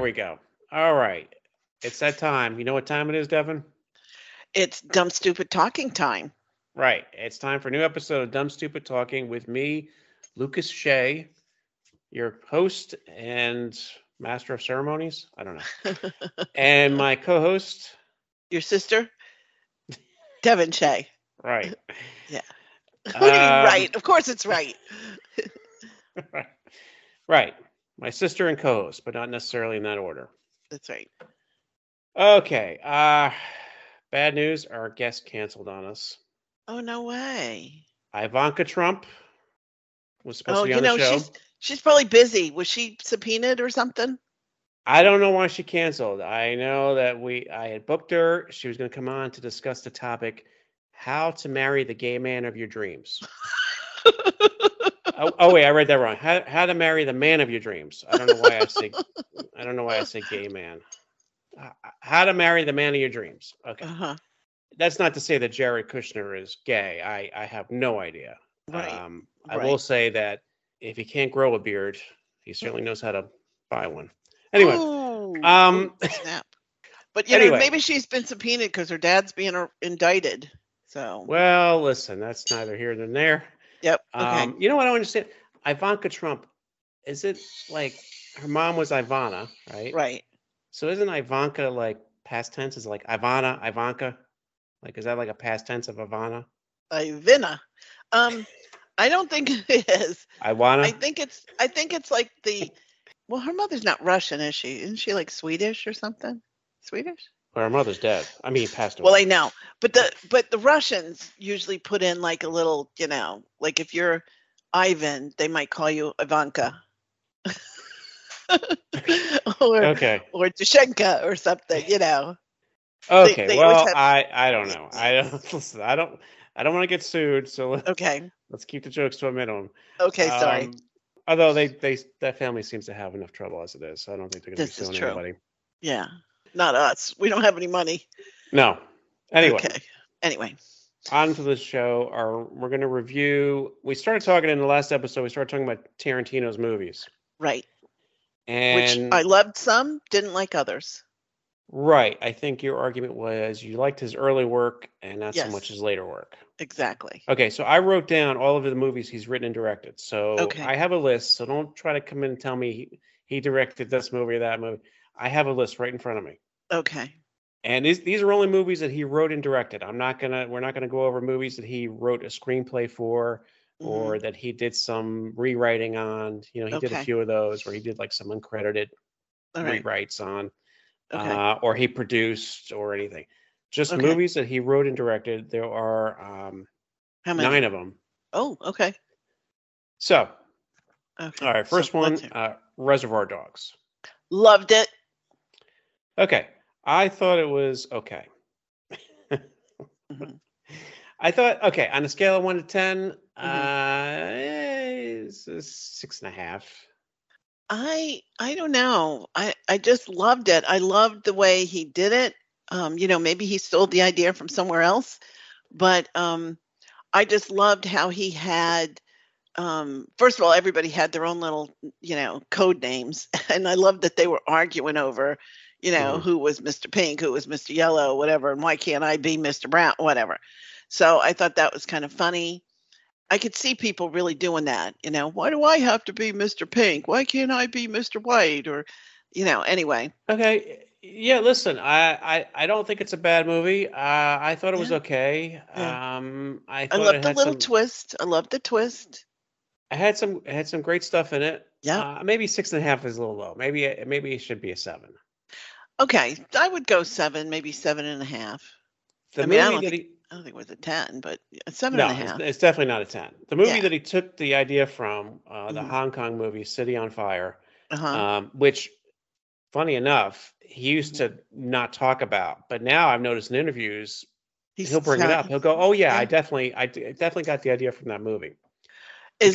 we go. All right. It's that time. You know what time it is, Devin? It's dumb, stupid talking time. Right. It's time for a new episode of Dumb Stupid Talking with me, Lucas Shea, your host and master of ceremonies. I don't know. and my co host. Your sister, Devon Shea. Right. What do you mean, Um, right? Of course it's right. Right. My sister and co host, but not necessarily in that order. That's right. Okay. Uh, bad news our guest canceled on us. Oh no way. Ivanka Trump was supposed Oh, to be you on the know show. she's she's probably busy. Was she subpoenaed or something? I don't know why she canceled. I know that we I had booked her. She was going to come on to discuss the topic how to marry the gay man of your dreams. oh, oh wait, I read that wrong. How, how to marry the man of your dreams. I don't know why I say I don't know why I say gay man. Uh, How to marry the man of your dreams. Okay. Uh huh. That's not to say that Jared Kushner is gay. I I have no idea. Right. Um, I right. will say that if he can't grow a beard, he certainly knows how to buy one. Anyway, Ooh, um, ooh, snap. But you know, anyway. maybe she's been subpoenaed because her dad's being uh, indicted. So Well, listen, that's neither here nor there. yep. Okay. Um, you know what I don't understand? Ivanka Trump, is it like her mom was Ivana, right? right. So isn't Ivanka like past tense? Is like Ivana, Ivanka? Like, is that like a past tense of Ivana? Ivina. Um, I don't think it is. Ivana? I think it's I think it's like the well, her mother's not Russian, is she? Isn't she like Swedish or something? Swedish? Well, her mother's dead. I mean, passed away. Well, I know, but the but the Russians usually put in like a little, you know, like if you're Ivan, they might call you Ivanka, or okay. or Dushenka or something, you know. Okay. they always well, have- I I don't know. I don't listen. I don't I don't want to get sued. So let- Okay, let's keep the jokes to a minimum. okay, sorry. Um, although they they that family seems to have enough trouble as it is, so I don't think they're going to This be is suing true. anybody. Yeah, not us. We don't have any money. No. Anyway, Okay. Anyway, on to the show. Our, we're going to review. We started talking in the last episode. We started talking about Tarantino's movies, right. and Which I loved some, didn't like others. right, I think your argument was you liked his early work and not so Yes. much his later work. Exactly. Okay, so I wrote down all of the movies he's written and directed. So Okay. I have a list. So don't try to come in and tell me he, he directed this movie or that movie. I have a list right in front of me. Okay. And these these are only movies that he wrote and directed. I'm not gonna we're not gonna go over movies that he wrote a screenplay for Mhm. or that he did some rewriting on. You know, he did a Okay. few of those where he did like some uncredited All right. rewrites on, Okay. uh, or he produced or anything. Just Okay. movies that he wrote and directed. There are um, How many? nine of them. Oh, okay. So, Okay. all right, So first one, let's hear- uh, Reservoir Dogs. Loved it. Okay, I thought it was okay. Mhm. I thought, okay, on a scale of one to 10 Mhm. uh, Mm-hmm. eh, it's a six and a half. I I don't know. I I just loved it. I loved the way he did it. Um, you know, maybe he stole the idea from somewhere else, but um, I just loved how he had. Um, first of all, everybody had their own little, you know, code names, and I loved that they were arguing over, you know, Mhm. who was Mr. Pink, who was Mr. Yellow, whatever, and why can't I be Mr. Brown, whatever. So I thought that was kind of funny. I could see people really doing that. You know, why do I have to be Mr. Pink? Why can't I be Mr. White? Or, you know, anyway. Okay, yeah, listen, I, I, I don't think it's a bad movie. Uh, I thought it was Yeah. okay. Yeah. Um, I I thought love it the had little some, twist. I love the twist. it had some, it had some great stuff in it. Yeah. Uh, maybe six and a half is a little low. Maybe, it- maybe it should be a seven. Okay, I would go seven, maybe seven and a half. The I mean, I movie don't that he, I don't think it was a ten, but a seven no, and a half. it's, it's definitely not a 10. The movie Yeah. that he took the idea from, uh, the Mhm. Hong Kong movie City on Fire, Uh-huh. um, which funny enough he used Mm-hmm. to not talk about but now i've noticed in interviews He's he'll bring it not- up he'll go oh yeah i Yeah. definitely i d- definitely got the idea from that movie Is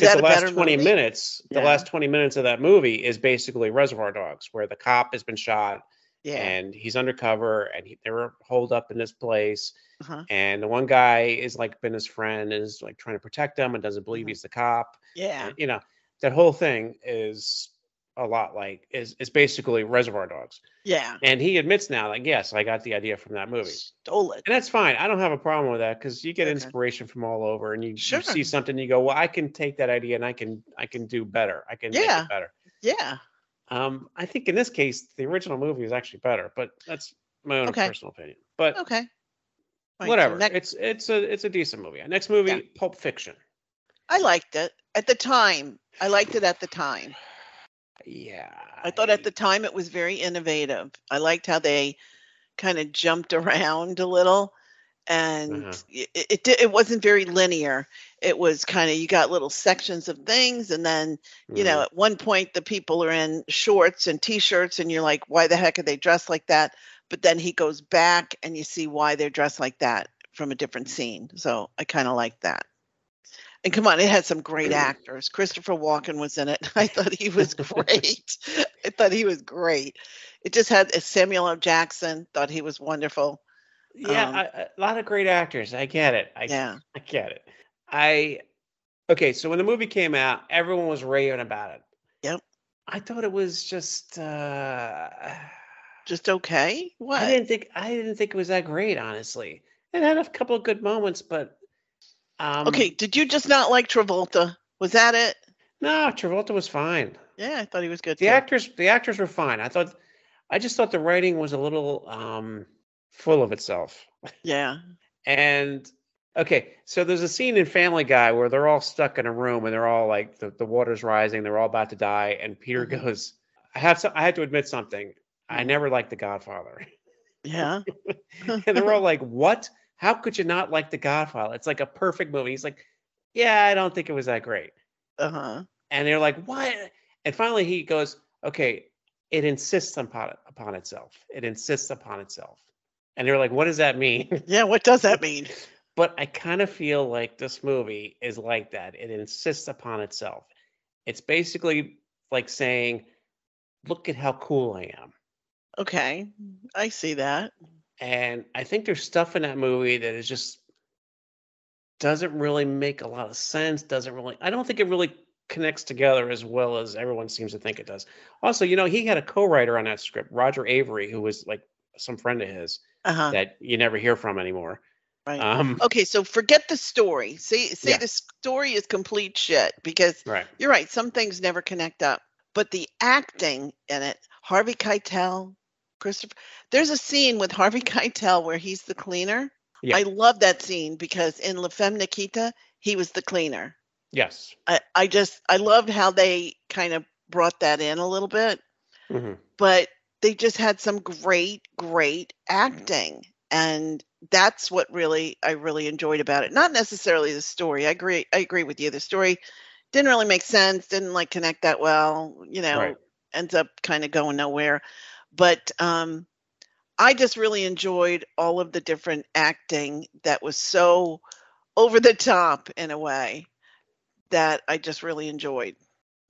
because that the a last better 20 movie? minutes the Yeah. last 20 minutes of that movie is basically reservoir dogs where the cop has been shot Yeah. and he's undercover and he, they were holed up in this place Uh-huh. and the one guy is like been his friend and is like trying to protect him and doesn't believe Mhm. he's the cop Mm-hmm. Yeah. and, you know that whole thing is a lot like is is basically Reservoir Dogs, Yeah. and he admits now, like, yes, I got the idea from that movie. Stole it. And that's fine. I don't have a problem with that because you get Okay. inspiration from all over, and you, you Sure. see something, you go, "Well, I can take that idea and I can I can do better. I can make Yeah. it better." Yeah. Um, I think in this case, the original movie is actually better, but that's my own Okay. personal opinion. But Okay. Right, so whatever, next- it's it's a it's a decent movie. Next movie, Pulp Fiction. I liked it at the time. I liked it at the time. Yeah, I thought at the time it was very innovative. I liked how they kind of jumped around a little and Uh-huh. it, it di- it wasn't very linear. It was kind of you got little sections of things and then, you know, at one point the people are in shorts and t-shirts and you're like why the heck are they dressed like that? But then he goes back and you see why they're dressed like that from a different scene. So I kind of like that. And come on, it had some great actors. Christopher Walken was in it. I thought he was great. I thought he was great. It just had Samuel L. Jackson. Thought he was wonderful. mm, yeah, um, I- I- a lot of great actors. I get it. I yeah, I get it. I okay. So when the movie came out, everyone was raving about it. Yep. I thought it was just. uh just okay. What? I didn't think I didn't think it was that great. Honestly, it had a couple of good moments, but um, okay. Did you just not like Travolta? Was that it? No, Travolta was fine. Yeah, I thought he was good. The too. actors, the actors were fine. I thought, I just thought the writing was a little um, full of itself. Yeah. And okay, so there's a scene in Family Guy where they're all stuck in a room and they're all like the, the water's rising, they're all about to die, and Peter Mhm. goes, "I have some, I had to admit something. I Mhm. never liked The Godfather." Yeah. and they're all like, "What? How could you not like The Godfather? It's like a perfect movie." He's like, "Yeah, I don't think it was that great." Uh huh. And they're like, "What?" And finally, he goes, "Okay, it insists upon upon itself. It insists upon itself." And they're like, "What does that mean?" Yeah. What does that mean? but I kind of feel like this movie is like that. It insists upon itself. It's basically like saying, "Look at how cool I am." Okay. I see that. And I think there's stuff in that movie that is just doesn't really make a lot of sense. Doesn't really. I don't think it really connects together as well as everyone seems to think it does. Also, you know, he had a co-writer on that script, Roger Avery, who was like some friend of his Uh huh. that you never hear from anymore. Right. Oh. Um, Okay, so forget the story. Say say Yeah. the story is complete shit because Right. you're right. Some things never connect up, but the acting in it, Harvey Keitel, Christopher. There's a scene with Harvey Keitel where he's the cleaner. Yeah. I love that scene because in La Femme Nikita, he was the cleaner. Yes. I, I just I loved how they kind of brought that in a little bit, hmm but they just had some great, great acting. And that's what really I really enjoyed about it. Not necessarily the story. I agree. I agree with you. The story didn't really make sense. Didn't like connect that well. You know, Right. ends up kind of going nowhere. But um, I just really enjoyed all of the different acting that was so over the top in a way that I just really enjoyed.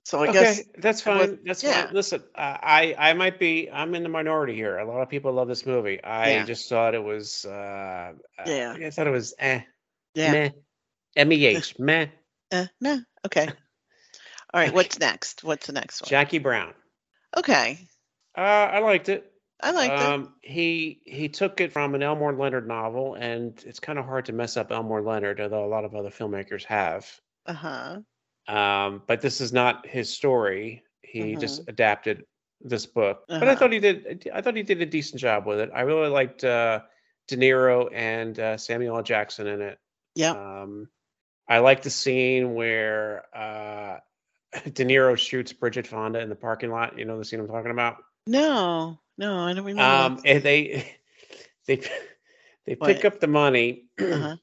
So I guess that's I fine. was- that's yeah. fine. Listen, uh, I I might be I'm in the minority here. A lot of people love this movie. I Yeah. just thought it was uh, uh, Yeah. I thought it was eh, yeah. meh, M E H meh. Uh, no. Okay. All right. Okay. What's next? What's the next one? Jackie Brown. Okay. Uh, I liked it. I like that. um, He he took it from an Elmore Leonard novel, and it's kind of hard to mess up Elmore Leonard, although a lot of other filmmakers have. Uh huh. um, but this is not his story. He just adapted this book, but I Mm-hmm. Uh-huh. thought he did. I thought he did a decent job with it. I really liked uh, De Niro and uh, Samuel L. Jackson in it. Yeah. Um, I like the scene where uh, De Niro shoots Bridget Fonda in the parking lot. You know the scene I'm talking about. No. No, I don't remember. Um, that. and they they they pick What? up the money. Uh-huh.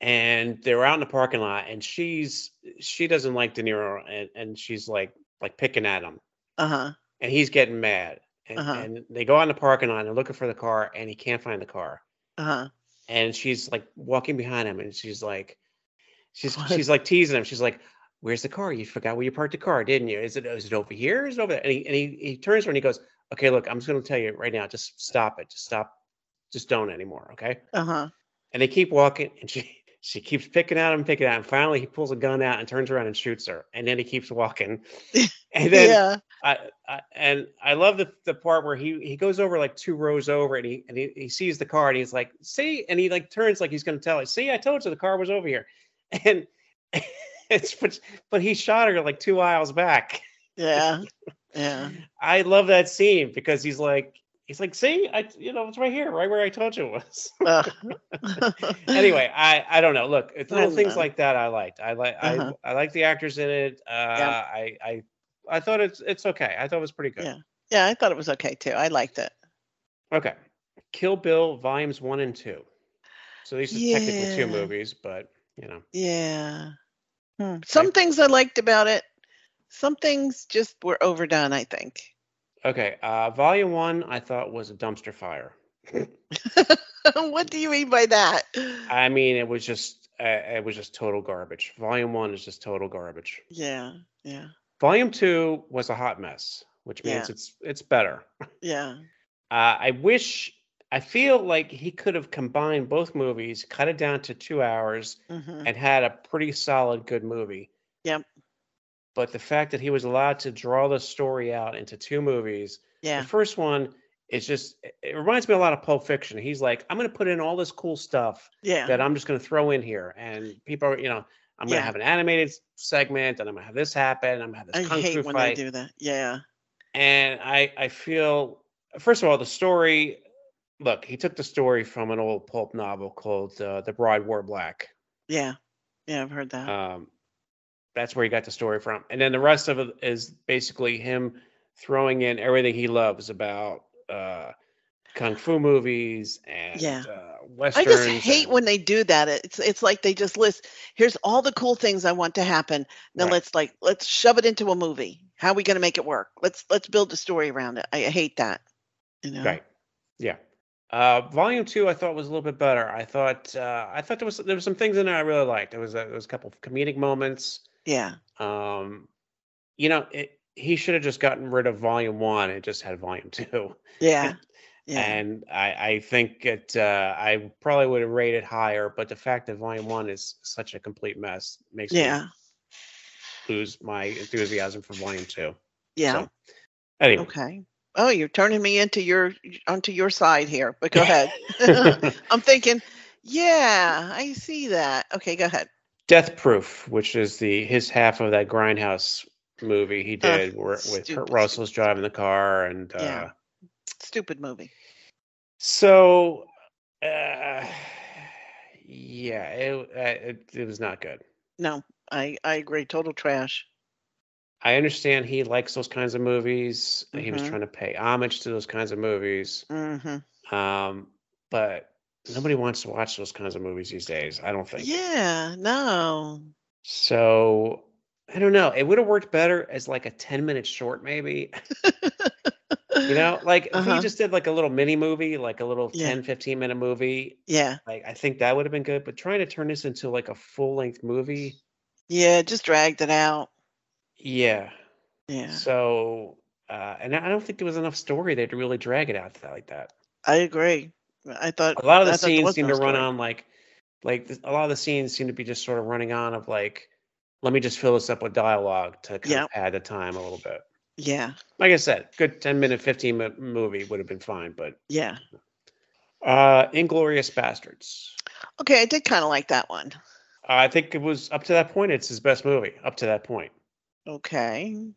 and they're out in the parking lot and she's she doesn't like De Niro and, and she's like like picking at him Uh huh. and he's getting mad and, Uh-huh. and they go out in the parking lot and they're looking for the car and he can't find the car Uh huh. and she's like walking behind him and she's like she's What? she's like teasing him she's like where's the car you forgot where you parked the car didn't you is it is it over here is it over there and he, and he, he turns to her and he goes okay look i'm just going to tell you right now just stop it just stop just don't anymore okay Uh huh. and they keep walking and she She keeps picking at him, picking at him. Finally, he pulls a gun out and turns around and shoots her. And then he keeps walking. And then yeah. I, I and I love the, the part where he he goes over like two rows over and he and he, he sees the car and he's like, see, and he like turns like he's gonna tell it, see, I told you the car was over here. And it's but, but he shot her like two aisles back. Yeah. Yeah. I love that scene because he's like he's like, see, I you know, it's right here, right where I told you it was. Ugh. anyway, I I don't know. Look, it's I little don't things know. like that I liked. I like Uh-huh. I I like the actors in it. Uh Yeah. I I I thought it's it's okay. I thought it was pretty good. Yeah. Yeah, I thought it was okay too. I liked it. Okay. Kill Bill volumes one and two. So these are technically two Yeah. movies, but you know. Yeah. Hmm. Some things I liked about it. Some things just were overdone, I think. Okay. Uh volume one I thought was a dumpster fire. what do you mean by that? I mean it was just uh, it was just total garbage. Volume one is just total garbage. yeah. Yeah. Volume two was a hot mess, which means it's it's better. Yeah. Uh, I wish I feel like he could have combined both movies, cut it down to two hours, hmm and had a pretty solid good movie. Yep. But the fact that he was allowed to draw the story out into two movies, Yeah. the first one is just it- it reminds me a lot of Pulp Fiction. He's like, I'm gonna put in all this cool stuff Yeah. that I'm just gonna throw in here. And people are, you know, I'm gonna Yeah. have an animated s- segment and I'm gonna have this happen, and I'm gonna have I this kung fu hate when they fight. do that. Yeah. And I I feel first of all, the story look, he took the story from an old pulp novel called uh, The Bride Wore Black. Yeah. Yeah. I've heard that. Um, that's where he got the story from. And then the rest of it is basically him throwing in everything he loves about uh, kung fu movies and Yeah. uh, westerns. I just hate and- when they do that. It's it's like they just list here's all the cool things I want to happen. Now Right. let's like let's shove it into a movie. How are we going to make it work? Let's let's build a story around it. I hate that. You know. Right. Yeah. Uh, volume two, I thought was a little bit better. I thought uh, I thought there was there was some things in there I really liked. There was a, there was a couple of comedic moments. Yeah. Um, you know, it, he should have just gotten rid of volume one and just had volume two. Yeah. Yeah. And I, I think it, uh, I probably would have rated higher, but the fact that volume one is such a complete mess makes yeah. me lose my enthusiasm for volume two. Yeah. So, anyway. Okay. Oh, you're turning me into your onto your side here. But go ahead. I'm thinking, yeah, I see that. Okay, go ahead. Death Proof, which is the his half of that Grindhouse movie he Ugh, did where, with Kurt stupid, Russell's driving the car and Yeah. uh, Stupid movie. so uh, yeah, it, uh, it it was not good. No, I I agree. Total trash. I understand he likes those kinds of movies. He was Mhm. trying to pay homage to those kinds of movies. hmm Um, but nobody wants to watch those kinds of movies these days, I don't think. Yeah. No. So I don't know. It would have worked better as like a 10 minute short, maybe. You know, like if Uh-huh. he just did like a little mini movie, like a little Yeah. 10, 15 minute movie, Yeah. like I think that would have been good. But trying to turn this into like a full length movie, Yeah, just dragged it out. yeah. Yeah, So uh, and I don't think there was enough story there to really drag it out like that. I agree. I thought a lot of the I thought there scenes was seem no to run story. on like like th- a lot of the scenes seem to be just sort of running on of like let me just fill this up with dialogue to kind Yeah. of pad the time a little bit Yeah, like i said good 10 minute 15 minute movie would have been fine but yeah. uh inglorious bastards Okay, I did kind of like that one. i think it was up to that point it's his best movie up to that point Okay,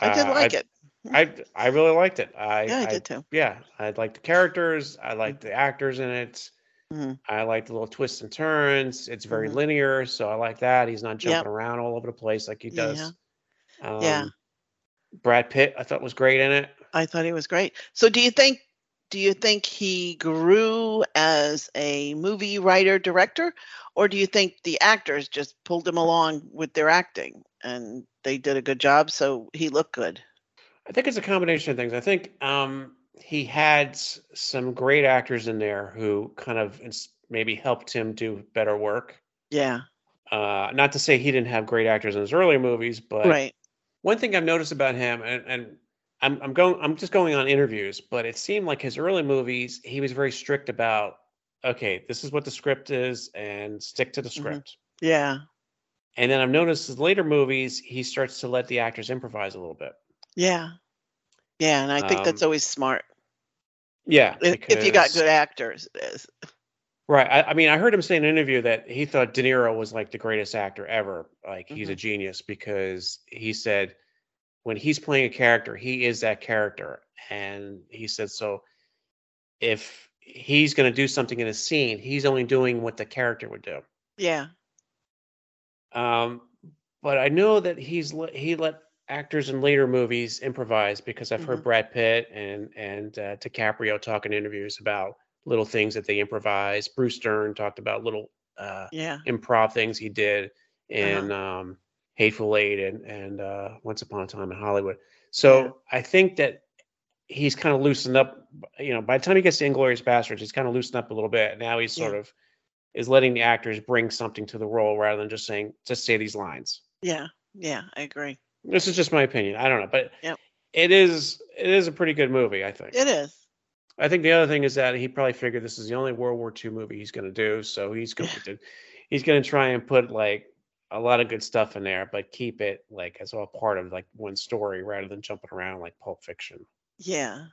I did Uh, like it. i i really liked it i Yeah, I, I- did too. yeah, I liked the characters. I liked Mm-hmm. the actors in it. Mhm. I liked the little twists and turns. It's very Mhm. linear, so I like that. He's not jumping Yep. around all over the place like he Yeah. does. Yeah. Um, Brad Pitt, I thought was great in it. I thought he was great. So, do you think? Do you think he grew as a movie writer director, or do you think the actors just pulled him along with their acting and they did a good job, so he looked good? I think it's a combination of things. I think um, he had s- some great actors in there who kind of ins- maybe helped him do better work. Yeah, Uh, not to say he didn't have great actors in his earlier movies, but right. one thing I've noticed about him, and, and I'm, I'm going, I'm just going on interviews, but it seemed like his early movies, he was very strict about okay, this is what the script is and stick to the Mm-hmm. script. Yeah. And then I've noticed in later movies, he starts to let the actors improvise a little bit. Yeah. Yeah. And I think that's Um, always smart. Yeah. If, if you got because- good actors. Yes. Right. I, I mean, I heard him say in an interview that he thought De Niro was like the greatest actor ever. Like he's a genius because he said when he's playing a character, he is that character. And he said, so if he's going to do something in a scene, he's only doing what the character would do. Yeah. Um, but I know that he's le- he let actors in later movies improvise because I've heard Brad Pitt and and uh, DiCaprio talk in interviews about little things that they improvise. Bruce Stern talked about little uh, Yeah. improv things he did Uh-huh. in um, Hateful Eight and and uh, Once Upon a Time in Hollywood. So Yeah. I think that he's kind of loosened up. You know, by the time he gets to Inglorious Bastards, he's kind of loosened up a little bit. Now he's sort Yeah. of is letting the actors bring something to the role rather than just saying just say these lines. Yeah. Yeah. I agree. This is just my opinion. I don't know, but Yep. it is it is a pretty good movie. I think. It is. I think the other thing is that he probably figured this is the only World War II movie he's going to do, so he's going to he's going to try and put like a lot of good stuff in there, but keep it like as all part of like one story rather than jumping around like Pulp Fiction. Yeah.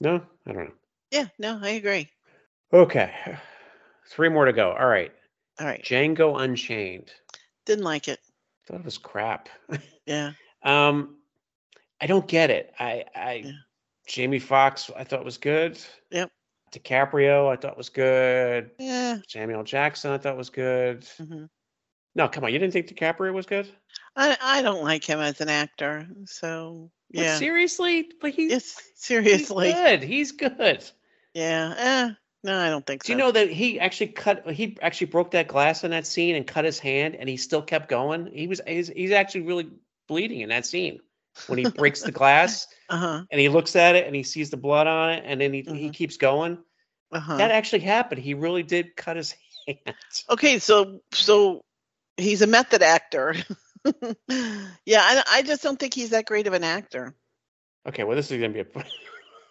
No, I don't know. Yeah. No, I agree. Okay, three more to go. All right, All right. Django Unchained. Didn't like it. Thought it was crap. Yeah. Um, I don't get it. I, I, Yeah. Jamie Foxx, I thought was good. Yep. DiCaprio, I thought was good. Yeah. Samuel Jackson, I thought was good. hmm No, come on, you didn't think DiCaprio was good? I, I don't like him as an actor. So, Like, yeah. seriously, but he, Yes. he's Seriously. good. He's good. Yeah. Eh, no, I don't think so. Do you know that he actually cut? He actually broke that glass in that scene and cut his hand, and he still kept going. He was he's, he's actually really bleeding in that scene when he breaks the glass Uh huh. and he looks at it and he sees the blood on it, and then he, he keeps going. Uh Mm-hmm. huh. That actually happened. He really did cut his hand. Okay, so so he's a method actor. yeah, I, I just don't think he's that great of an actor. Okay, well, this is gonna be a.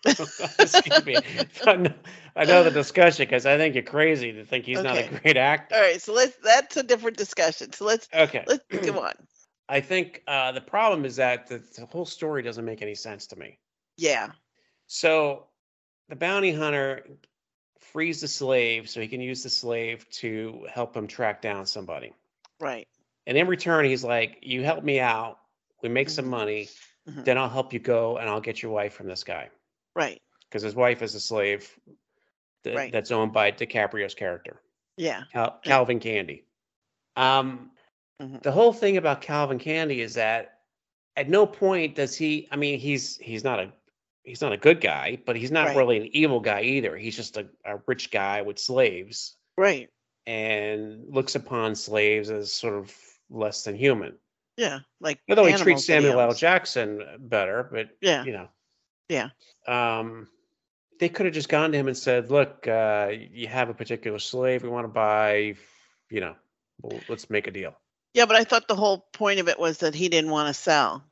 this is gonna be a- another discussion because I think you're crazy to think he's not Okay. a great actor. All right, so let's that's a different discussion. So let's Okay, let's go on. I think uh, the problem is that the, the whole story doesn't make any sense to me. Yeah. So, the bounty hunter frees the slave so he can use the slave to help him track down somebody. Right. And in return, he's like, "You help me out. We make some money. Mhm. Then I'll help you go, and I'll get your wife from this guy." Right. because his wife is a slave that, Right. that's owned by DiCaprio's character, Yeah. Cal- Calvin Candy. Um, Mhm. The whole thing about Calvin Candy is that at no point does he. I mean, he's he's not a he's not a good guy, but he's not Right. really an evil guy either. He's just a, a rich guy with slaves Right. and looks upon slaves as sort of less than human. Yeah. Like Although he treats animals that he Samuel L. owns. Jackson better, but Yeah. you know. Yeah. Um, they could have just gone to him and said, "Look, uh, you have a particular slave we want to buy. You know, well, let's make a deal." Yeah, but I thought the whole point of it was that he didn't want to sell.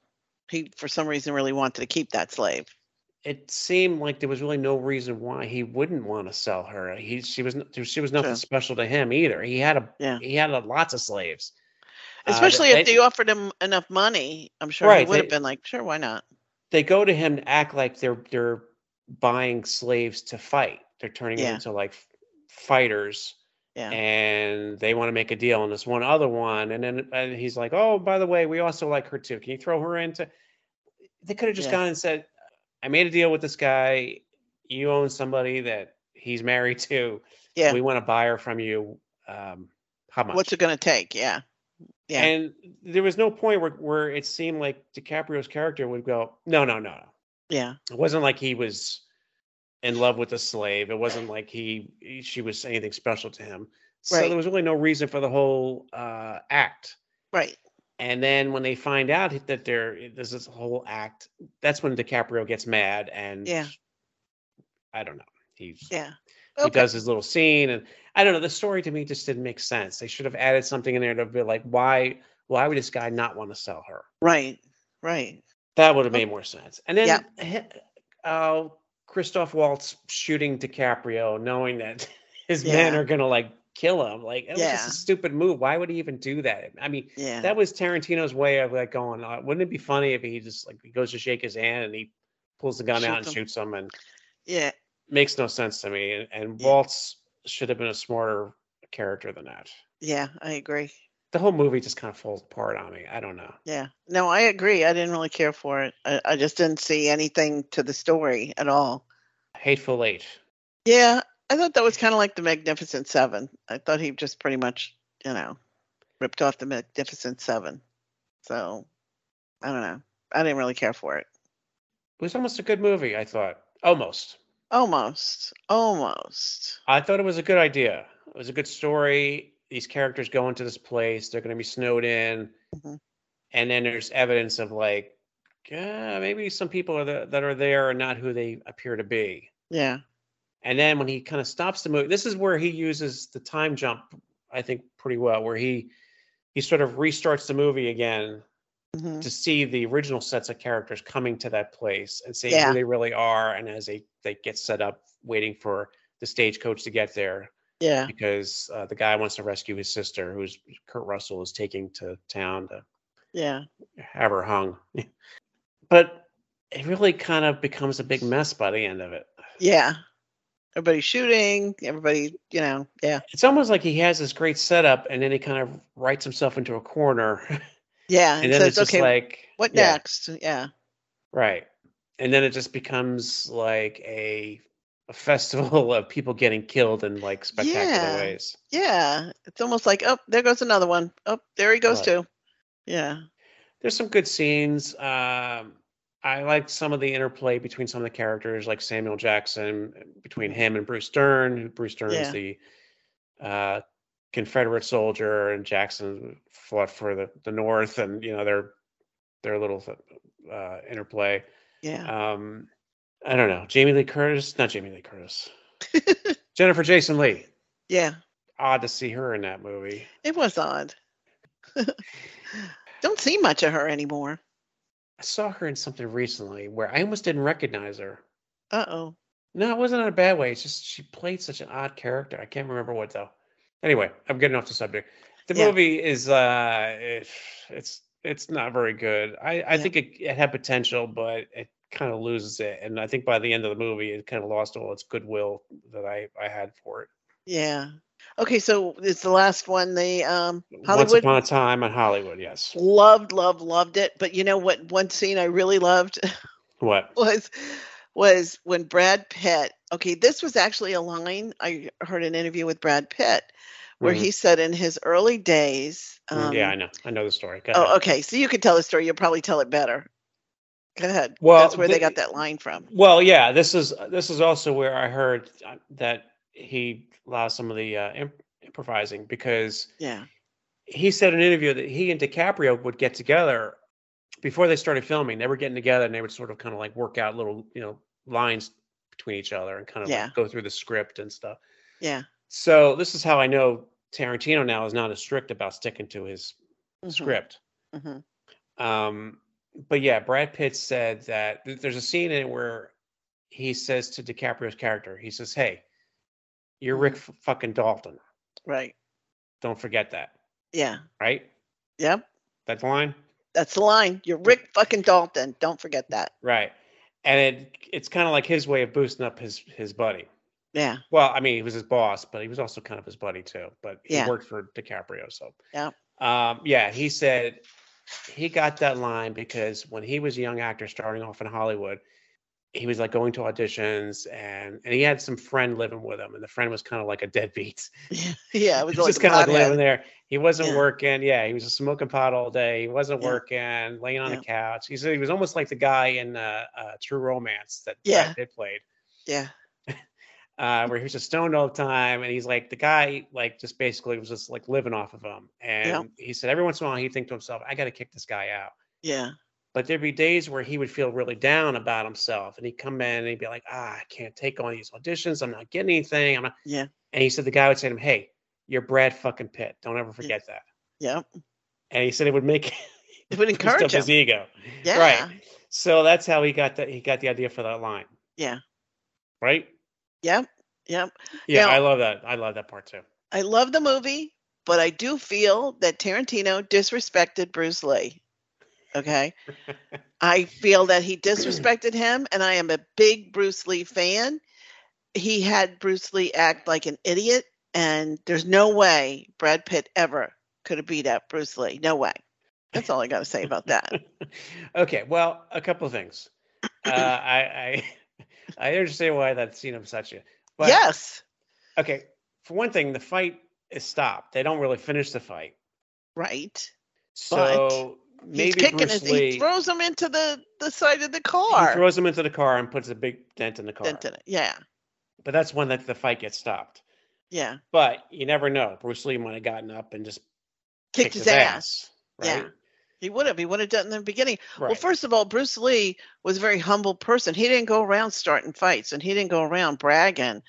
He for some reason really wanted to keep that slave. It seemed like there was really no reason why he wouldn't want to sell her. He she was n- she was nothing True. special to him either. He had a Yeah. he had a, lots of slaves, Uh, Especially if they, they offered him enough money, I'm sure he Right, would they- have been like, sure, why not? they go to him to act like they're they're buying slaves to fight. They're turning Yeah. them into like f- fighters. Yeah. and they want to make a deal on this one other one. And then and he's like, "Oh, by the way, we also like her too. Can you throw her into?" They could have just Yeah. gone and said, "I made a deal with this guy. You own somebody that he's married to. Yeah. we want to buy her from you. Um, how much?" What's it gonna take? Yeah. yeah. And there was no point where, where it seemed like DiCaprio's character would go, "No, no, no, no." Yeah. It wasn't like he was in love with a slave. It wasn't like he he- she was anything special to him. So Right. there was really no reason for the whole uh, act. Right. And then when they find out that there there's this whole act, that's when DiCaprio gets mad and Yeah. I don't know. He's Yeah. he does his little scene and I don't know. The story to me just didn't make sense. They should have added something in there to be like, why why would this guy not want to sell her? Right. Right. That would have Oh. made more sense. And then Yep. he- uh, Christoph Waltz shooting DiCaprio, knowing that his Yeah. men are gonna like kill him. Like it was Yeah. just a stupid move. Why would he even do that? I mean, Yeah. that was Tarantino's way of like going. Uh, wouldn't it be funny if he just like he goes to shake his hand and he pulls the gun out and Shoots him. shoots him? And yeah. makes no sense to me. And, and Yeah. Waltz should have been a smarter character than that. Yeah. I agree. The whole movie just kind of falls apart on me. I don't know. Yeah. No, I agree. I didn't really care for it. I, I just didn't see anything to the story at all. Hateful Eight. Yeah. I thought that was kind of like the Magnificent Seven. I thought he just pretty much, you know, ripped off the Magnificent Seven. So I don't know. I didn't really care for it. It was almost a good movie. I thought almost. Almost. Almost. I thought it was a good idea. It was a good story. These characters go into this place. They're going to be snowed in, Mhm. and then there's evidence of like, yeah, maybe some people are the, that are there are not who they appear to be. Yeah. And then when he kind of stops the movie, this is where he uses the time jump, I think, pretty well, where he he sort of restarts the movie again hmm to see the original sets of characters coming to that place and seeing Yeah. who they really are. And as they they get set up, waiting for the stagecoach to get there Yeah. because uh, the guy wants to rescue his sister, who's Kurt Russell is taking to town to Yeah. have her hung. but it really kind of becomes a big mess by the end of it. Yeah. Everybody's shooting. Everybody, you know, yeah. it's almost like he has this great setup and then he kind of writes himself into a corner Yeah. and then it's just like what yeah, next? Yeah. right and then it just becomes like a a festival of people getting killed in like spectacular Yeah. ways Yeah. It's almost like, oh, there goes another one. Oh, there he goes Right. too. Yeah. there's some good scenes um i liked some of the interplay between some of the characters like samuel jackson between him and bruce dern who- bruce dern Yeah. is the uh confederate soldier and jackson fought for the the north and you know their their little uh interplay Yeah. um i don't know jamie lee curtis not jamie lee curtis jennifer jason lee yeah. odd to see her in that movie It was odd. Don't see much of her anymore. i saw her in something recently where i almost didn't recognize her Uh oh. No, it wasn't in a bad way. It's just she played such an odd character. I can't remember what though. Anyway, I'm getting off the subject. The Yeah. movie is uh it, it's it's not very good. I, I Yeah. think it, it had potential, but it kind of loses it. And I think by the end of the movie it kind of lost all its goodwill that I, I had for it. Yeah. Okay. So it's the last one. The um, Once Hollywood upon a time on Hollywood, yes. loved, loved, loved it. But you know what? One scene I really loved What? was was when Brad Pitt. Okay, this was actually a line I heard an interview with Brad Pitt where Mhm. he said in his early days. Mm, Um, yeah, I know. I know the story. Go ahead. Oh, okay. So you could tell the story. You'll probably tell it better. Go ahead. Well, that's where they the- got that line from. Well, yeah, this is this is also where I heard uh, that he lost some of the uh, imp- improvising because Yeah. he said in an interview that he and DiCaprio would get together before they started filming. They were getting together and they would sort of kind of like work out little, you know, lines between each other and kind of like, Yeah. go through the script and stuff. Yeah. So this is how I know Tarantino now is not as strict about sticking to his Mhm, script. mhm. Um, but yeah, Brad Pitt said that th- there's a scene in it where he says to DiCaprio's character, he says, "Hey, you're Rick f- fucking Dalton. Right. Don't forget that." Yeah. Right? Yep. That's the line. That's the line. You're Rick fucking Dalton. Don't forget that. Right. And it it's kind of like his way of boosting up his his buddy. Yeah. Well, I mean, he was his boss, but he was also kind of his buddy too. But he Yeah. worked for DiCaprio, so Yeah. um, yeah. He said he got that line because when he was a young actor starting off in Hollywood, he was like going to auditions, and and he had some friend living with him, and the friend was kind of like a deadbeat. Yeah. It was He like just kind of like pothead. living there. He wasn't Yeah. working. Yeah, he was just smoking pot all day. He wasn't Yeah. working, laying on Yeah. the couch. He said he was almost like the guy in uh, uh, True Romance that Yeah. Brad Pitt played Yeah. uh, where he was just stoned all the time, and he's like the guy, like just basically was just like living off of him. And Yeah. he said every once in a while he'd think to himself, "I got to kick this guy out." Yeah. But there'd be days where he would feel really down about himself, and he'd come in and he'd be like, "Ah, I can't take all these auditions. I'm not getting anything." I'm not. Yeah. And he said the guy would say to him, "Hey, you're Brad fucking Pitt. Don't ever forget that." Yep. And he said it would make It boost would up encourage him. his ego. Yeah. Right. So that's how he got that. He got the idea for that line. Yeah. Right. Yep. Yep. Yeah, Now- I love that. I love that part too. I love the movie, but I do feel that Tarantino disrespected Bruce Lee. Okay. I feel that he disrespected him, and I am a big Bruce Lee fan. He had Bruce Lee act like an idiot, and there's no way Brad Pitt ever could have beat up Bruce Lee. No way. That's all I got to say about that. okay, well, a couple of things. Uh, I, I I understand why that scene upset you. But yes. okay, for one thing, the fight is stopped. They don't really finish the fight. Right. So He's maybe kicking Bruce his, Lee he throws him into the, the side of the he car. throws him into the car and puts a big dent in the car. Dent in it. Yeah. But that's when that the fight gets stopped. Yeah. But you never know. Bruce Lee might have gotten up and just Kicked, his, ass. right? Yeah. He would have. He would have done it in the beginning. Right. Well, first of all, Bruce Lee was a very humble person. He didn't go around starting fights and he didn't go around bragging.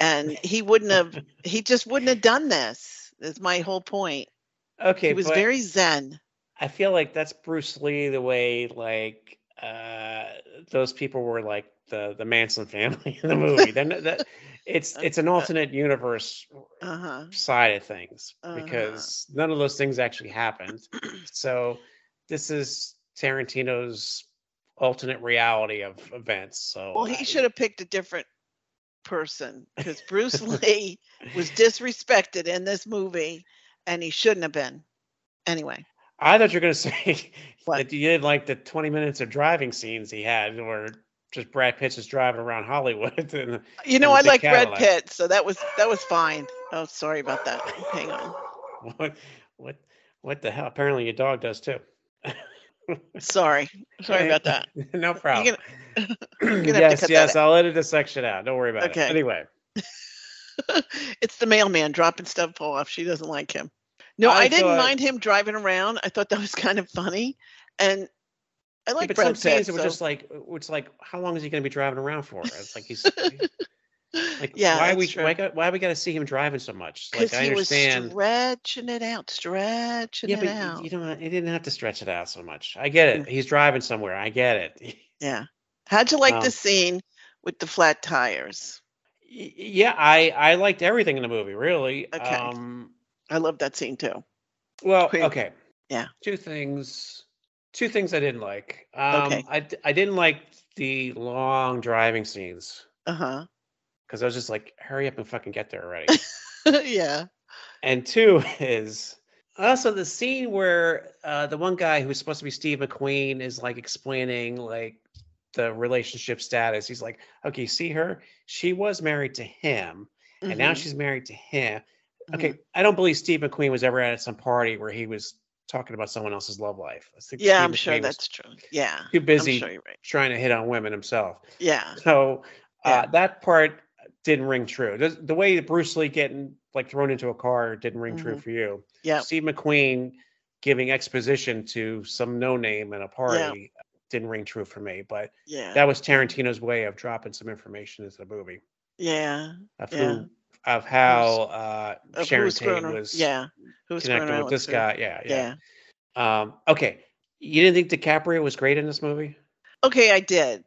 And he wouldn't have, he just wouldn't have done this. Is my whole point. okay, he was but very zen. I feel like that's Bruce Lee the way like uh those people were like the the Manson family in the movie. Then that it's it's an alternate universe Uh huh. side of things Uh-huh. because none of those things actually happened. So this is Tarantino's alternate reality of events. So Well, I- he should have picked a different person because Bruce Lee was disrespected in this movie and he shouldn't have been. Anyway, I thought you were gonna say What? that you did like the 20 minutes of driving scenes he had or just Brad Pitt just driving around Hollywood and you know, I was a like Brad Cadillac. Pitt, so that was that was fine. Oh, sorry about that. Hang on. what what what the hell? Apparently your dog does too. Sorry. Eh, Sorry about that. no problem. have to yes, cut that yes, I'll edit this section out. Don't worry about Okay. it. Anyway, it's the mailman dropping stuff off. She doesn't like him. No, I I, didn't thought- mind him driving around. I thought that was kind of funny. And I Yeah, like but some Brad Pitt. scenes it was so- just like it's like how long is he going to be driving around for? It's like he's like yeah, why that's we true. why, got- why we got to see him driving so much? Like 'Cause I he was understand. stretching it out, stretching yeah, it but out. Mm. you don't. He didn't have to stretch it out so much. I get it. He's driving somewhere. I get it. Y- yeah. How'd you like Um, the scene with the flat tires? Yeah, I I liked everything in the movie. Really. Okay. Um, I love that scene too. Well, Quick. okay. Yeah. Two things. Two things I didn't like. Um, Okay. I d- I didn't like the long driving scenes Uh because I was just like, hurry up and fucking get there already. huh. yeah. and two is also the scene where uh, the one guy who's supposed to be Steve McQueen is like explaining like the relationship status. He's like, okay, see her? She was married to him, and now Mhm, she's married to him. mhm. Okay, I don't believe Steve McQueen was ever at some party where he was talking about someone else's love life. I think Yeah, Steve I'm sure McQueen was that's true. Yeah. too I'm busy sure you're right. trying to hit on women himself. Yeah. So uh, Yeah. that part didn't ring true. The, the way that Bruce Lee getting like thrown into a car didn't ring true Mhm. for you. Yeah. Steve McQueen giving exposition to some no name at a party didn't ring true for me. But Yeah. that was Tarantino's way of dropping some information into the movie yeah. of Yeah. who of how uh, of Sharon who's Tate screwing ar- was yeah who's connected with this guy. Yeah, Yeah. yeah. Um, okay. You didn't think DiCaprio was great in this movie? Okay, I did.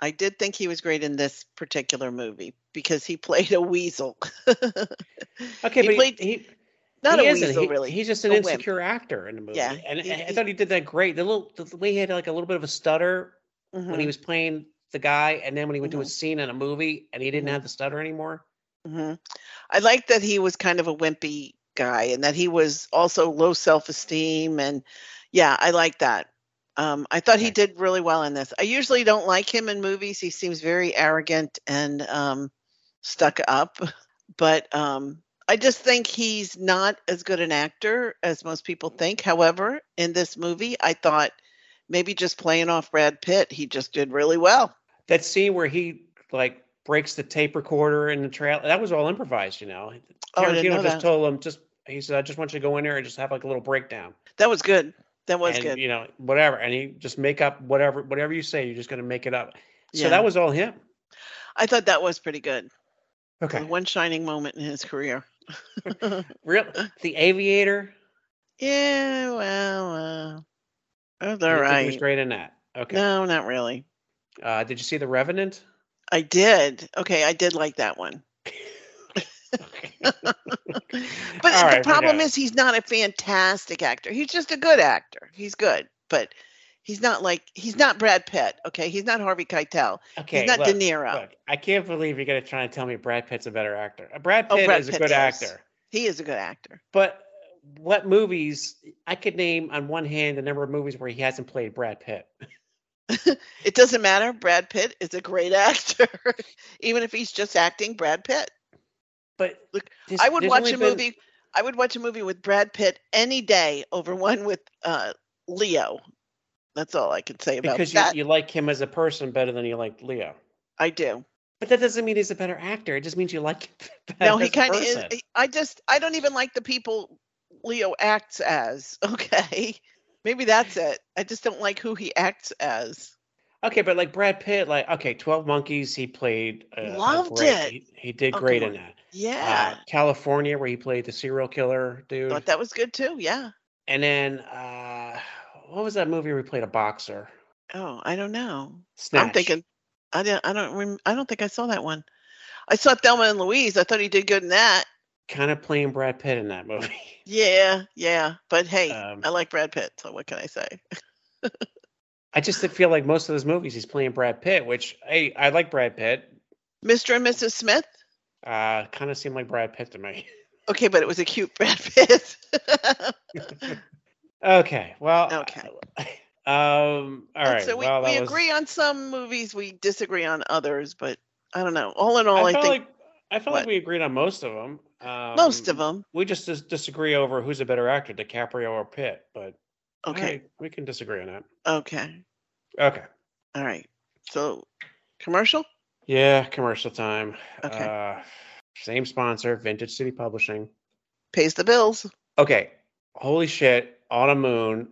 I did think he was great in this particular movie because he played a weasel. Okay, He but played- he, he Not he a isn't. weasel, He- really. He's just an A wimp. insecure actor in the movie. Yeah, And he- I- I he- thought he did that great. The little the way he had like a little bit of a stutter when Mm-hmm. he was playing the guy, and then when he went Mhm. to a scene in a movie and he didn't Mhm. have the stutter anymore. hmm I like that he was kind of a wimpy guy and that he was also low self esteem. And yeah, I like that. Um, I thought he Okay. did really well in this. I usually don't like him in movies. He seems very arrogant and um, stuck up. But um, I just think he's not as good an actor as most people think. However, in this movie, I thought maybe just playing off Brad Pitt, he just did really well. That scene where he like breaks the tape recorder in the trail that was all improvised, you know. Oh, I didn't Tarantino know just that. told him just he said, I just want you to go in there and just have like a little breakdown. That was good. That was and good. you know whatever and he just make up whatever whatever you say you're just going to make it up so Yeah. that was all him I thought that was pretty good. The okay one shining moment in his career. real the aviator yeah, well, uh, that's all you think he was right. great in that okay No, not really. uh did you see the revenant I did. Okay, I did like that one. But All the right, we problem got it. is he's not a fantastic actor. He's just a good actor. He's good, but he's not like he's not Brad Pitt. Okay, he's not Harvey Keitel. Okay, he's not look, De Niro. look, I can't believe you're gonna try and tell me Brad Pitt's a better actor. Uh, Brad Oh, Pitt Brad is a Pitt's good worse. actor, He is a good actor. but what movies I could name on one hand the number of movies where he hasn't played Brad Pitt. It doesn't matter. Brad Pitt is a great actor, even if he's just acting Brad Pitt. But Look, this- I would there's watch only a been- movie. I would watch a movie with Brad Pitt any day over one with uh, Leo. That's all I can say about because you, that. you like him as a person better than you like Leo. I do. But that doesn't mean he's a better actor. It just means you like him better. No, he as a kind of is. person. he- I just I don't even like the people Leo acts as. Okay, maybe that's it. I just don't like who he acts as. Okay, but like Brad Pitt, like okay, Twelve Monkeys, he played. Uh, a Loved great- it. He, he did Oh, great come in that. Yeah, Uh, California, where he played the serial killer dude, thought that was good too. Yeah. and then uh, what was that movie where he played a boxer? Oh, I don't know. Snatch. I'm thinking. I don't. I don't. Rem- I don't think I saw that one. I saw Thelma and Louise. I thought he did good in that. kind of playing Brad Pitt in that movie. Yeah, yeah. But hey, Um, I like Brad Pitt. So what can I say? I just feel like most of those movies he's playing Brad Pitt, which hey, I like Brad Pitt. Mr. and Mrs. Smith. Uh, kind of seemed like Brad Pitt to me. Okay, but it was a cute Brad Pitt. Okay, well, okay. Um, all And right. So we, well, that we was- agree on some movies, we disagree on others, but I don't know. All in I, all, I, felt think like I felt like what? we agreed on most of them. Um, most of them. We just dis- disagree over who's a better actor, DiCaprio or Pitt. But all Okay. right, we can disagree on that. Okay. Okay. All right. So commercial? Yeah, commercial time. Okay. Uh, same sponsor, Vintage City Publishing. Pays the bills. Okay. Holy shit, Autumn Moon.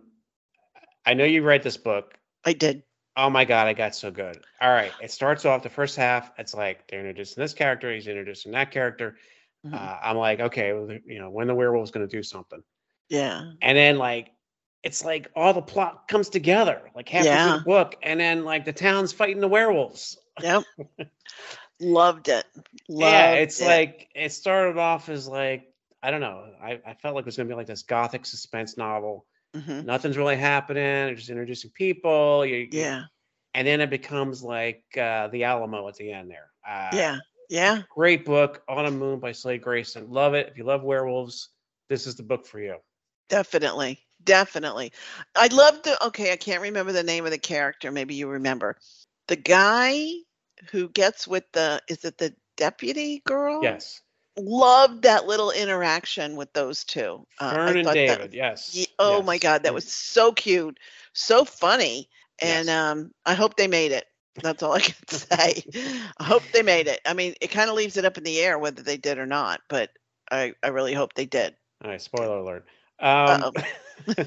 I know you read this book. I did. Oh my god, I got so good. All right, it starts off the first half. It's like they're introducing this character, he's introducing that character. Mhm. Uh, I'm like, okay, well, you know, when the werewolf's going to do something, yeah. and then like, it's like all the plot comes together, like halfway Yeah. through the book, and then like the town's fighting the werewolves. Yep. Loved it. Loved yeah, it's it. like it started off as like I don't know, I, I felt like it was going to be like this gothic suspense novel. Mhm. Nothing's really happening. They're just introducing people. You, you- Yeah. and then it becomes like uh, the Alamo at the end there. Uh, Yeah. Yeah. great book, Autumn Moon by Slade Grayson. Love it. If you love werewolves, this is the book for you. Definitely. Definitely. I love the okay, I can't remember the name of the character. Maybe you remember. The guy who gets with the is it the deputy girl? Yes. Loved that little interaction with those two. Uh, I Fern and thought that- David. yes. Ye- oh my yes. god, that was so cute, so funny. And Yes. um I hope they made it. That's all I can say. I hope they made it. I mean, it kind of leaves it up in the air whether they did or not, but I, I really hope they did. All right. Spoiler alert. Um,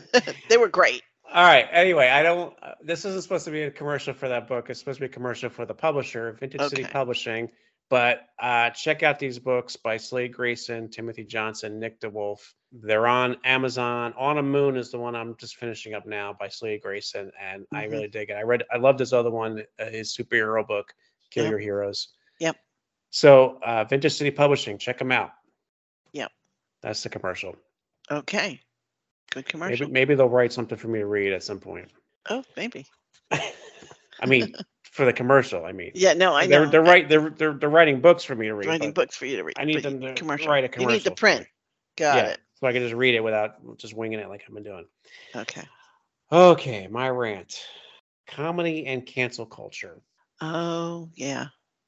They were great. all right. Anyway, I don't. Uh, this isn't supposed to be a commercial for that book. It's supposed to be a commercial for the publisher, Vintage City Okay. Publishing. But uh, check out these books by Slade Grayson, Timothy Johnson, Nick DeWolf. They're on Amazon. On a Moon is the one I'm just finishing up now by Slade Grayson, and I Mhm. really dig it. I read, I love this other one, uh, his superhero book, Kill Yep. Your Heroes. Yep. So uh, Vintage City Publishing, check them out. Yep. That's the commercial. Okay. Good commercial. Maybe maybe they'll write something for me to read at some point. Oh, maybe. I mean, for the commercial. I mean, Yeah, no, I they're know. they're right. They're, they're they're writing books for me to read. writing but books for you to read. I need but them to commercial. write a commercial. You need to for me. print. Got yeah, it. so I can just read it without just winging it like I've been doing. Okay. Okay, my rant: comedy and cancel culture. Oh, yeah.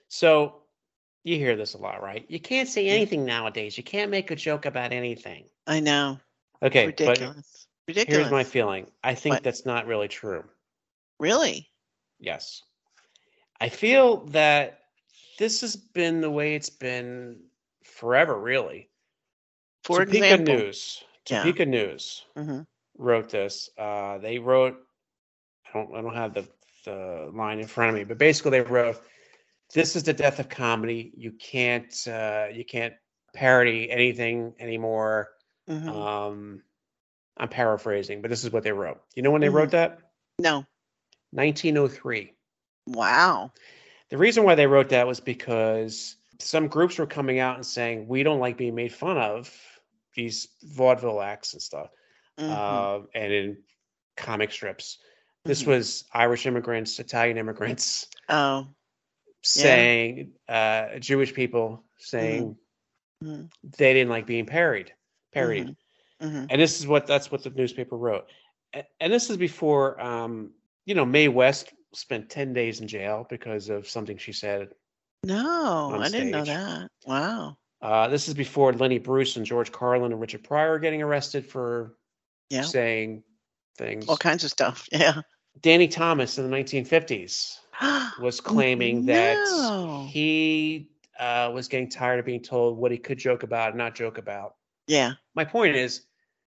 So you hear this a lot, right? You can't say anything nowadays. You can't make a joke about anything. I know. Okay, Ridiculous. but Ridiculous. here's my feeling. I think What? that's not really true. Really? Yes. I feel that this has been the way it's been forever, really. For Topeka example. News. Yeah. Topeka News Mhm. wrote this. Uh, they wrote. I don't. I don't have the the line in front of me, but basically they wrote, "This is the death of comedy. You can't. Uh, you can't parody anything anymore." Mhm. Um, I'm paraphrasing, but this is what they wrote. You know when they wrote Mm-hmm. that? no. 1903. Wow. The reason why they wrote that was because some groups were coming out and saying we don't like being made fun of these vaudeville acts and stuff Mhm. uh, and in comic strips this Mhm. was irish immigrants italian immigrants oh, saying uh, Jewish people saying Mhm. they didn't like being parried, parried, hmm and this is what that's what the newspaper wrote, A- and this is before um, you know Mae West spent ten days in jail because of something she said. no, on I didn't know stage. that. Wow. Uh, this is before Lenny Bruce and George Carlin and Richard Pryor are getting arrested for Yeah. saying things. All kinds of stuff. Yeah. Danny Thomas in the 1950s was claiming Oh, No. that he uh, was getting tired of being told what he could joke about and not joke about. yeah. My point is,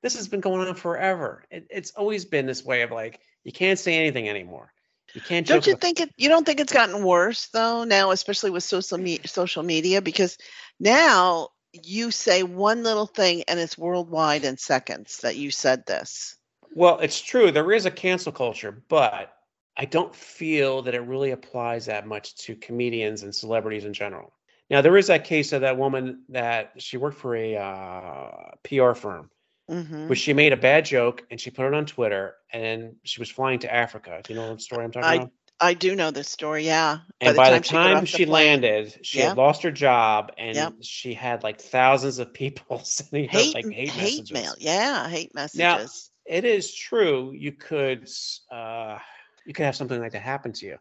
this has been going on forever. It, it's always been this way of like, you can't say anything anymore. You can't joke. Don't you about- think it? You don't think it's gotten worse though now, especially with social me- social media, because now you say one little thing and it's worldwide in seconds that you said this. well, it's true. There is a cancel culture, but I don't feel that it really applies that much to comedians and celebrities in general. Now, there is that case of that woman that she worked for a uh, PR firm. hmm But she made a bad joke and she put it on Twitter and then she was flying to Africa. Do you know what story I'm talking I- about? I do know this story. Yeah. And by the got time off the she, plane- landed, she Yep. had lost her job and Yep. she had like thousands of people sending her hate, like hate, hate, messages. mail. Yeah, hate messages. Now- It is true you could uh you could have something like that happen to you.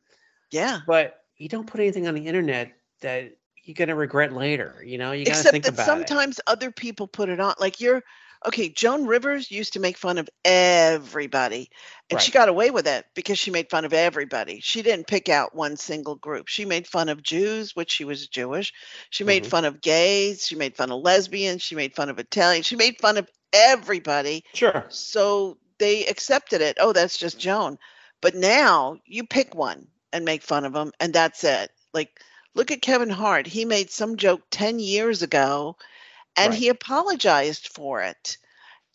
yeah. But you don't put anything on the internet that you're gonna regret later. You know, you gotta Except think that about it. sometimes other people put it on. Like you're okay, Joan Rivers used to make fun of everybody. And she Right. got away with it because she made fun of everybody. She didn't pick out one single group. She made fun of Jews, which she was Jewish. She made Mhm. fun of gays. She made fun of lesbians. She made fun of Italians. She made fun of everybody. Sure. So they accepted it. Oh, that's just Joan. But now you pick one and make fun of them, and that's it. Like, look at Kevin Hart. He made some joke 10 years ago and Right. he apologized for it.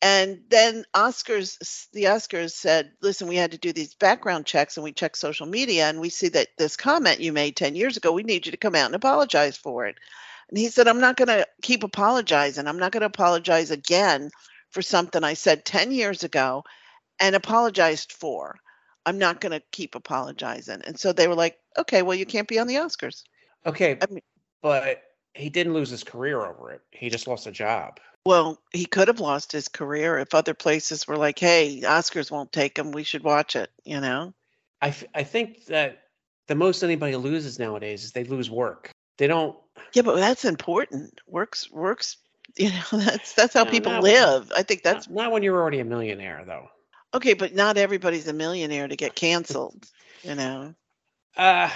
And then Oscars, the Oscars said, listen, we had to do these background checks and we checked social media and we see that this comment you made 10 years ago, we need you to come out and apologize for it. And he said, I'm not going to keep apologizing. I'm not going to apologize again for something I said 10 years ago and apologized for. I'm not going to keep apologizing. And so they were like, okay, well, you can't be on the Oscars. Okay. I mean- but he didn't lose his career over it. He just lost a job. Well, he could have lost his career if other places were like, hey, Oscars won't take him. We should watch it, you know? I, f- I think that the most anybody loses nowadays is they lose work. They don't. Yeah, but that's important. Works, works. You know, that's that's how No, people no. live. I think that's That's not when you're already a millionaire, though. okay, but not everybody's a millionaire to get canceled. You know, Uh, I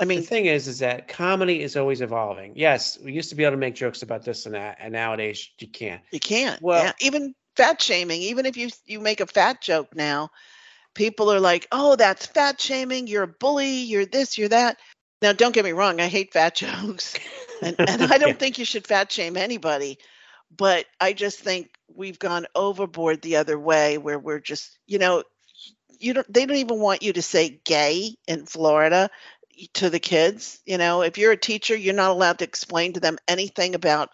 the mean, thing is, is that comedy is always evolving. Yes, we used to be able to make jokes about this and that, and nowadays you can't. you can't. Well- yeah, even fat shaming. Even if you you make a fat joke now, people are like, "Oh, that's fat shaming. You're a bully. You're this. You're that." Now, don't get me wrong. I hate fat jokes. and, and I don't Yeah. think you should fat shame anybody, but I just think we've gone overboard the other way where we're just, you know, you don't they don't even want you to say gay in Florida to the kids, you know, if you're a teacher, you're not allowed to explain to them anything about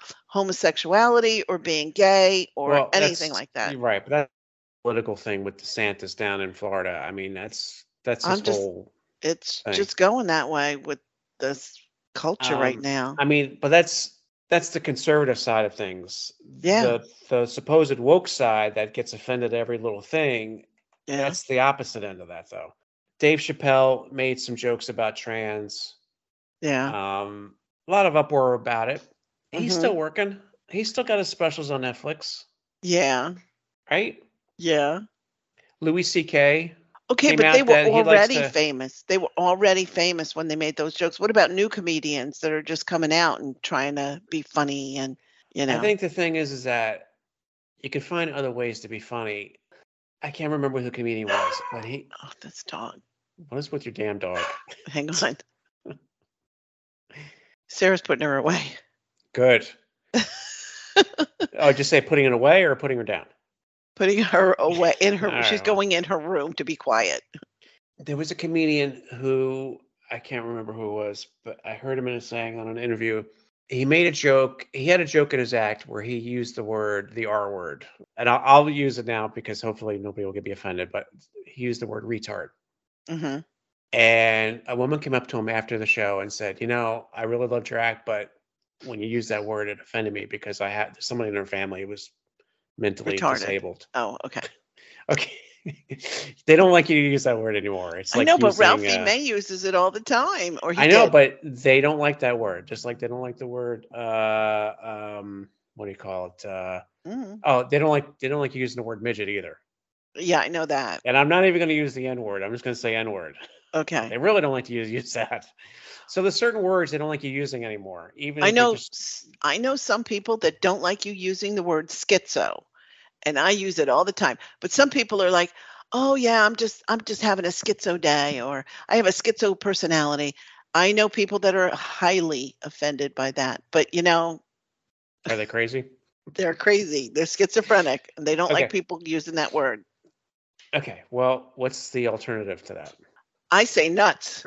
homosexuality or being gay or Well, anything that's- like that. You're right, but that political thing with DeSantis down in Florida. I mean, that's that's his I'm just- whole. It's Thanks. just going that way with this culture right Um, now. I mean, but that's that's the conservative side of things. Yeah. The the supposed woke side that gets offended at every little thing. Yeah. That's the opposite end of that though. Dave Chappelle made some jokes about trans. Yeah. Um a lot of uproar about it. He's Mhm. still working. He's still got his specials on Netflix, yeah. right? Yeah. Louis C.K. Okay, came but they out were that he likes already to- famous. They were already famous when they made those jokes. What about new comedians that are just coming out and trying to be funny and you know? I think the thing is, is that you can find other ways to be funny. I can't remember who the comedian was, but he. oh, this dog. What is with your damn dog? Hang on. Sarah's putting her away. Good. oh, just say putting it away or putting her down. Putting her away in her All she's right, well. going in her room to be quiet. There was a comedian who I can't remember who it was, but I heard him in a saying on an interview. He made a joke. He had a joke in his act where he used the word, the R word, and I'll, I'll use it now because hopefully nobody will get be offended. But he used the word retard, hmm and a woman came up to him after the show and said, "You know, I really loved your act, but when you used that word, it offended me because I had somebody in her family who was mentally Retarded. disabled." Oh, okay. Okay. they don't like you to use that word anymore. It's like I know, but using, Ralphie uh, May uses it all the time. Or he I know, did. but they don't like that word. Just like they don't like the word uh um what do you call it? Uh Mhm. oh, they don't like they don't like using the word midget either. yeah, I know that. And I'm not even gonna use the N word. I'm just gonna say N word. Okay. They really don't like to use use that. So there's certain words they don't like you using anymore. Even I if they're know. just- s- I know some people that don't like you using the word schizo, and I use it all the time. But some people are like, "Oh yeah, I'm just I'm just having a schizo day," or "I have a schizo personality." I know people that are highly offended by that, but you know are they crazy? they're crazy. They're schizophrenic, and they don't like Okay. people using that word. Okay, well, what's the alternative to that? I say nuts.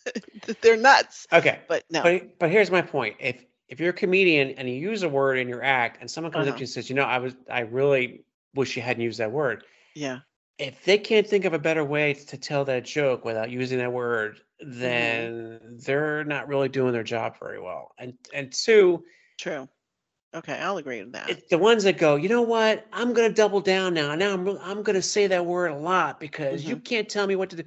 they're nuts. Okay. But no. Mm. But but here's my point. If if you're a comedian and you use a word in your act and someone comes up Uh-huh. to you and says, you know, I was I really wish you hadn't used that word. yeah. If they can't think of a better way to tell that joke without using that word, then they're not really doing their job very well. And and two, True. Okay, I'll agree with that. it, the ones that go, you know what, I'm gonna double down now. Now I'm re- I'm gonna say that word a lot because you can't tell me what to do.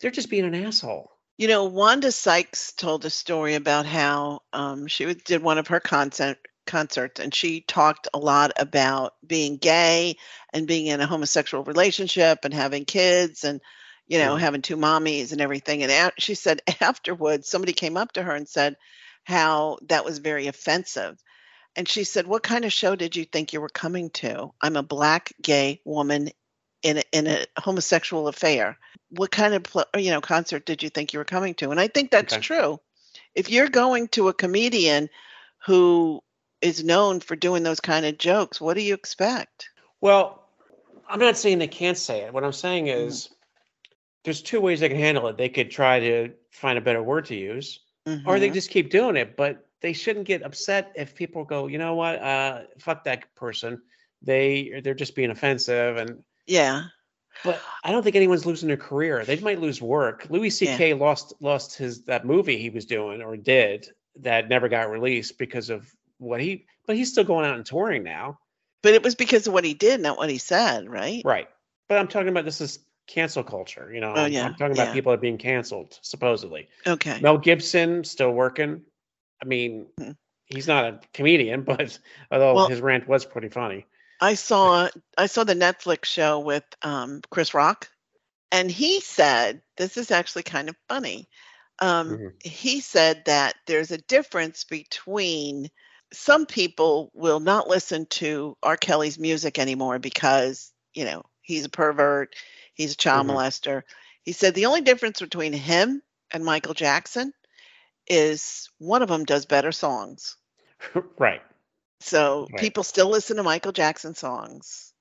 They're just being an asshole. You know, Wanda Sykes told a story about how um, she was- did one of her concert concerts, and she talked a lot about being gay and being in a homosexual relationship and having kids and you know Mhm. having two mommies and everything. And a- she said afterwards, somebody came up to her and said how that was very offensive. And she said, "What kind of show did you think you were coming to? I'm a black gay woman in a, in a homosexual affair. What kind of pl- you know concert did you think you were coming to?" And I think that's Okay. true. If you're going to a comedian who is known for doing those kind of jokes, what do you expect? Well, I'm not saying they can't say it. What I'm saying is there's two ways they can handle it. They could try to find a better word to use, or they Mhm. just keep doing it. But they shouldn't get upset if people go, you know what, uh, fuck that person. They they're just being offensive, and yeah, but I don't think anyone's losing their career. They might lose work. Louis Yeah. C.K. lost lost his that movie he was doing or did that never got released because of what he. But he's still going out and touring now. but it was because of what he did, not what he said, right? Right. But I'm talking about this is cancel culture. You know, Oh, I'm- yeah, I'm talking about yeah. people that are being canceled, supposedly. Okay. Mel Gibson still working. I mean, Mhm. he's not a comedian, but although Well- his rant was pretty funny. I saw I saw the Netflix show with um, Chris Rock, and he said this is actually kind of funny. Um, Mhm. He said that there's a difference between some people will not listen to R. Kelly's music anymore because you know he's a pervert, he's a child Mhm. molester. He said the only difference between him and Michael Jackson is one of them does better songs. right. So Right. people still listen to Michael Jackson songs.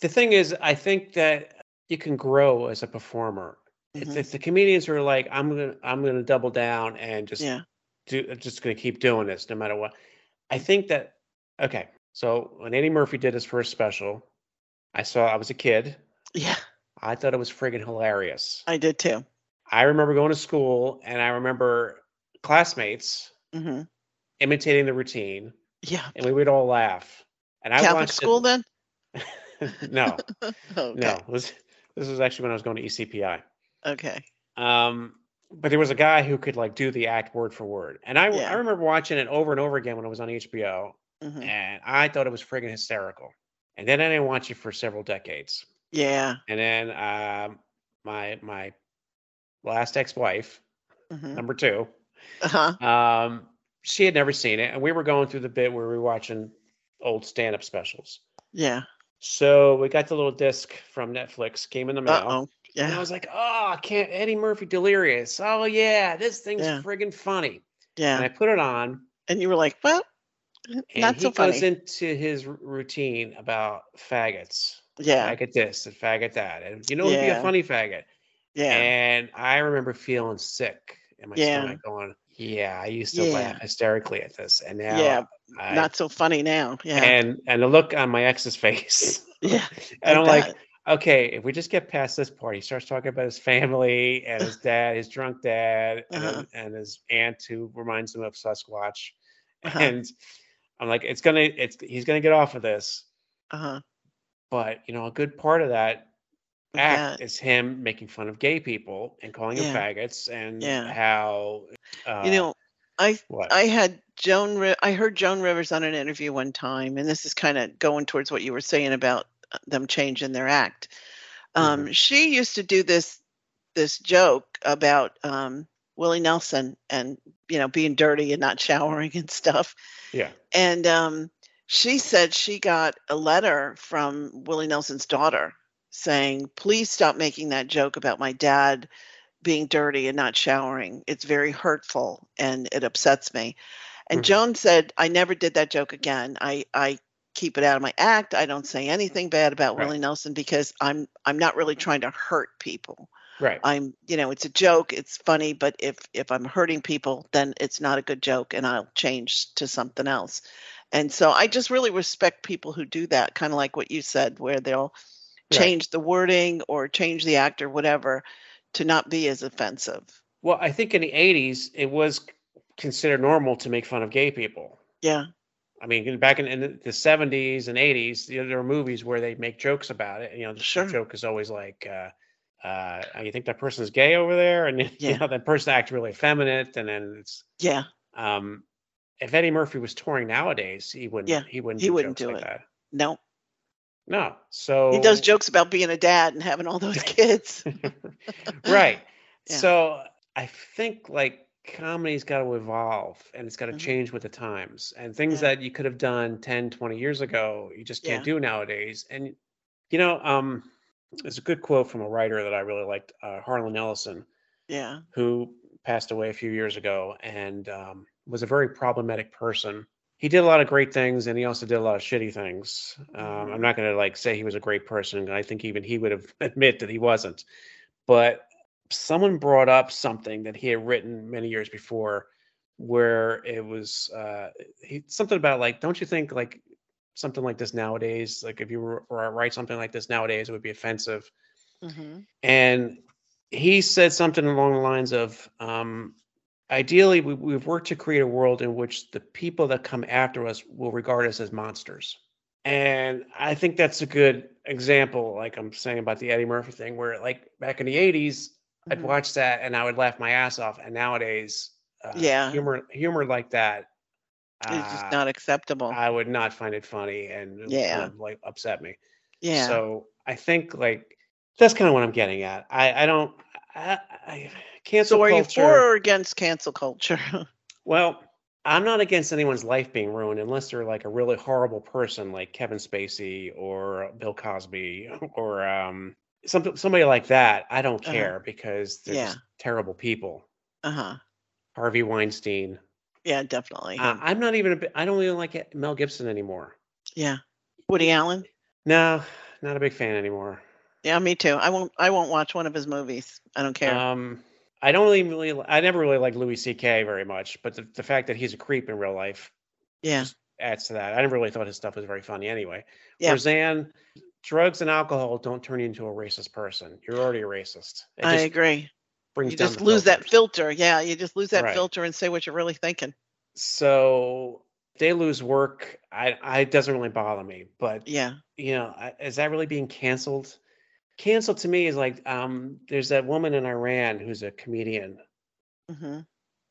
The thing is, I think that you can grow as a performer. If, Mhm. if the comedians are like, I'm gonna, I'm gonna double down and just Yeah. do, I'm just gonna keep doing this no matter what. I think that okay. So when Eddie Murphy did his first special, I saw I was a kid. Yeah, I thought it was friggin' hilarious. I did too. I remember going to school and I remember classmates hmm imitating the routine Yeah. and we would all laugh. And I Catholic watched it- school then? Oh, no, Okay. no. it was- this was actually when I was going to ECPI. Okay. Um, but there was a guy who could like do the act word for word. And I, Yeah. I remember watching it over and over again when it was on HBO hmm and I thought it was friggin' hysterical. And then I didn't watch it for several decades. Yeah. And then um, my my last ex-wife, hmm number two, Uh-huh. um, she had never seen it, and we were going through the bit where we were watching old stand-up specials. Yeah. So we got the little disc from Netflix, came in the mail. Uh oh. And I Yeah. was like, oh, I can't Eddie Murphy delirious. Oh yeah, this thing's Yeah. friggin' funny. And Yeah. I put it on. And you were like, well, And not he so goes funny. into his r- routine about faggots. yeah. faggot this and faggot that. And you know, he'd be a Yeah. funny faggot. Yeah. And I remember feeling sick in my Yeah. stomach going, yeah, I used to Yeah. laugh hysterically at this. And now Yeah, I, Not so funny now. Yeah. and and the look on my ex's face. Yeah. And I I'm like, bet. okay, if we just get past this part, he starts talking about his family and his dad, his drunk dad, and, Uh-huh. and his aunt who reminds him of Sasquatch. Uh-huh. And I'm like, it's gonna, it's he's gonna get off of this. Uh-huh. But you know, a good part of that act That- is him making fun of gay people and calling them Yeah. faggots and Yeah. how uh, you know, I what I had Joan. Ri- I heard Joan Rivers on an interview one time, and this is kind of going towards what you were saying about uh, them changing their act. Um, She used to do this this joke about um, Willie Nelson and you know being dirty and not showering and stuff. Yeah. And um, she said she got a letter from Willie Nelson's daughter saying, "Please stop making that joke about my dad." being dirty and not showering. It's very hurtful and it upsets me. And Mhm. Joan said, I never did that joke again. I, I keep it out of my act. I don't say anything bad about Mm-hmm. Right. Willie Nelson because I'm I'm not really trying to hurt people. right? I'm you know, it's a joke, it's funny, but if if I'm hurting people, then it's not a good joke and I'll change to something else. And so I just really respect people who do that, kind of like what you said, where they'll Right. change the wording or change the act or whatever to not be as offensive. Well, I think in the '80s it was c- considered normal to make fun of gay people. Yeah. I mean, in- back in, in the- the '70s and '80s, you know, there were movies where they make jokes about it. You know, the Sure. joke is always like, uh, uh, "You think that person's gay over there?" And you Yeah. know, that person acts really effeminate. And then it's, Yeah. um, if Eddie Murphy was touring nowadays, he wouldn't. Yeah, he wouldn't. he wouldn't jokes do like it. That. No. No. So He does jokes about being a dad and having all those kids. right. Yeah. So I think like comedy's got to evolve and it's got to Mhm. change with the times and things Yeah. that you could have done 10, 20 years ago, you just can't Yeah. do nowadays. And, you know, um, there's a good quote from a writer that I really liked, uh, Harlan Ellison, Yeah. who passed away a few years ago and um, was a very problematic person. He did a lot of great things and he also did a lot of shitty things. Um, I'm Mhm. not going to like say he was a great person. I think even he would have admit that he wasn't. But someone brought up something that he had written many years before where it was uh, he, something about like, don't you think like something like this nowadays, like if you were, were to write something like this nowadays, it would be offensive hmm and he said something along the lines of um, ideally we, we've worked to create a world in which the people that come after us will regard us as monsters and i think that's a good example like i'm saying about the eddie murphy thing where like back in the 80s i'd Mm-hmm. watch that and i would laugh my ass off and nowadays uh, Yeah. humor humor like that It's uh, just not acceptable. i would not find it funny and it would Yeah. kind of, like upset me yeah. so I think like that's kind of what I'm getting at. I I don't I, I cancel so are you culture. for or against cancel culture? Well, I'm not against anyone's life being ruined unless they're like a really horrible person like Kevin Spacey or Bill Cosby or um some somebody like that. I don't Uh-huh. care because they're Yeah. just terrible people. uh huh. Harvey Weinstein. Yeah, definitely. Uh, I'm not even a bi- I don't even like Mel Gibson anymore. yeah. Woody Allen. No, not a big fan anymore. Yeah, me too. I won't. I won't watch one of his movies. I don't care. Um, I don't really, really, li- I never really liked Louis C.K. very much, but the, the fact that he's a creep in real life yeah. adds to that. I never really thought his stuff was very funny anyway. Yeah. Roseanne, drugs and alcohol don't turn you into a racist person. You're already a racist. It I just agree. brings You down just the lose that filters. filter. Yeah. You just lose that Right. filter and say what you're really thinking. So they lose work. I, I it doesn't really bother me, but Yeah. you know, I- is that really being canceled? Canceled to me is like, um, there's that woman in Iran who's a comedian hmm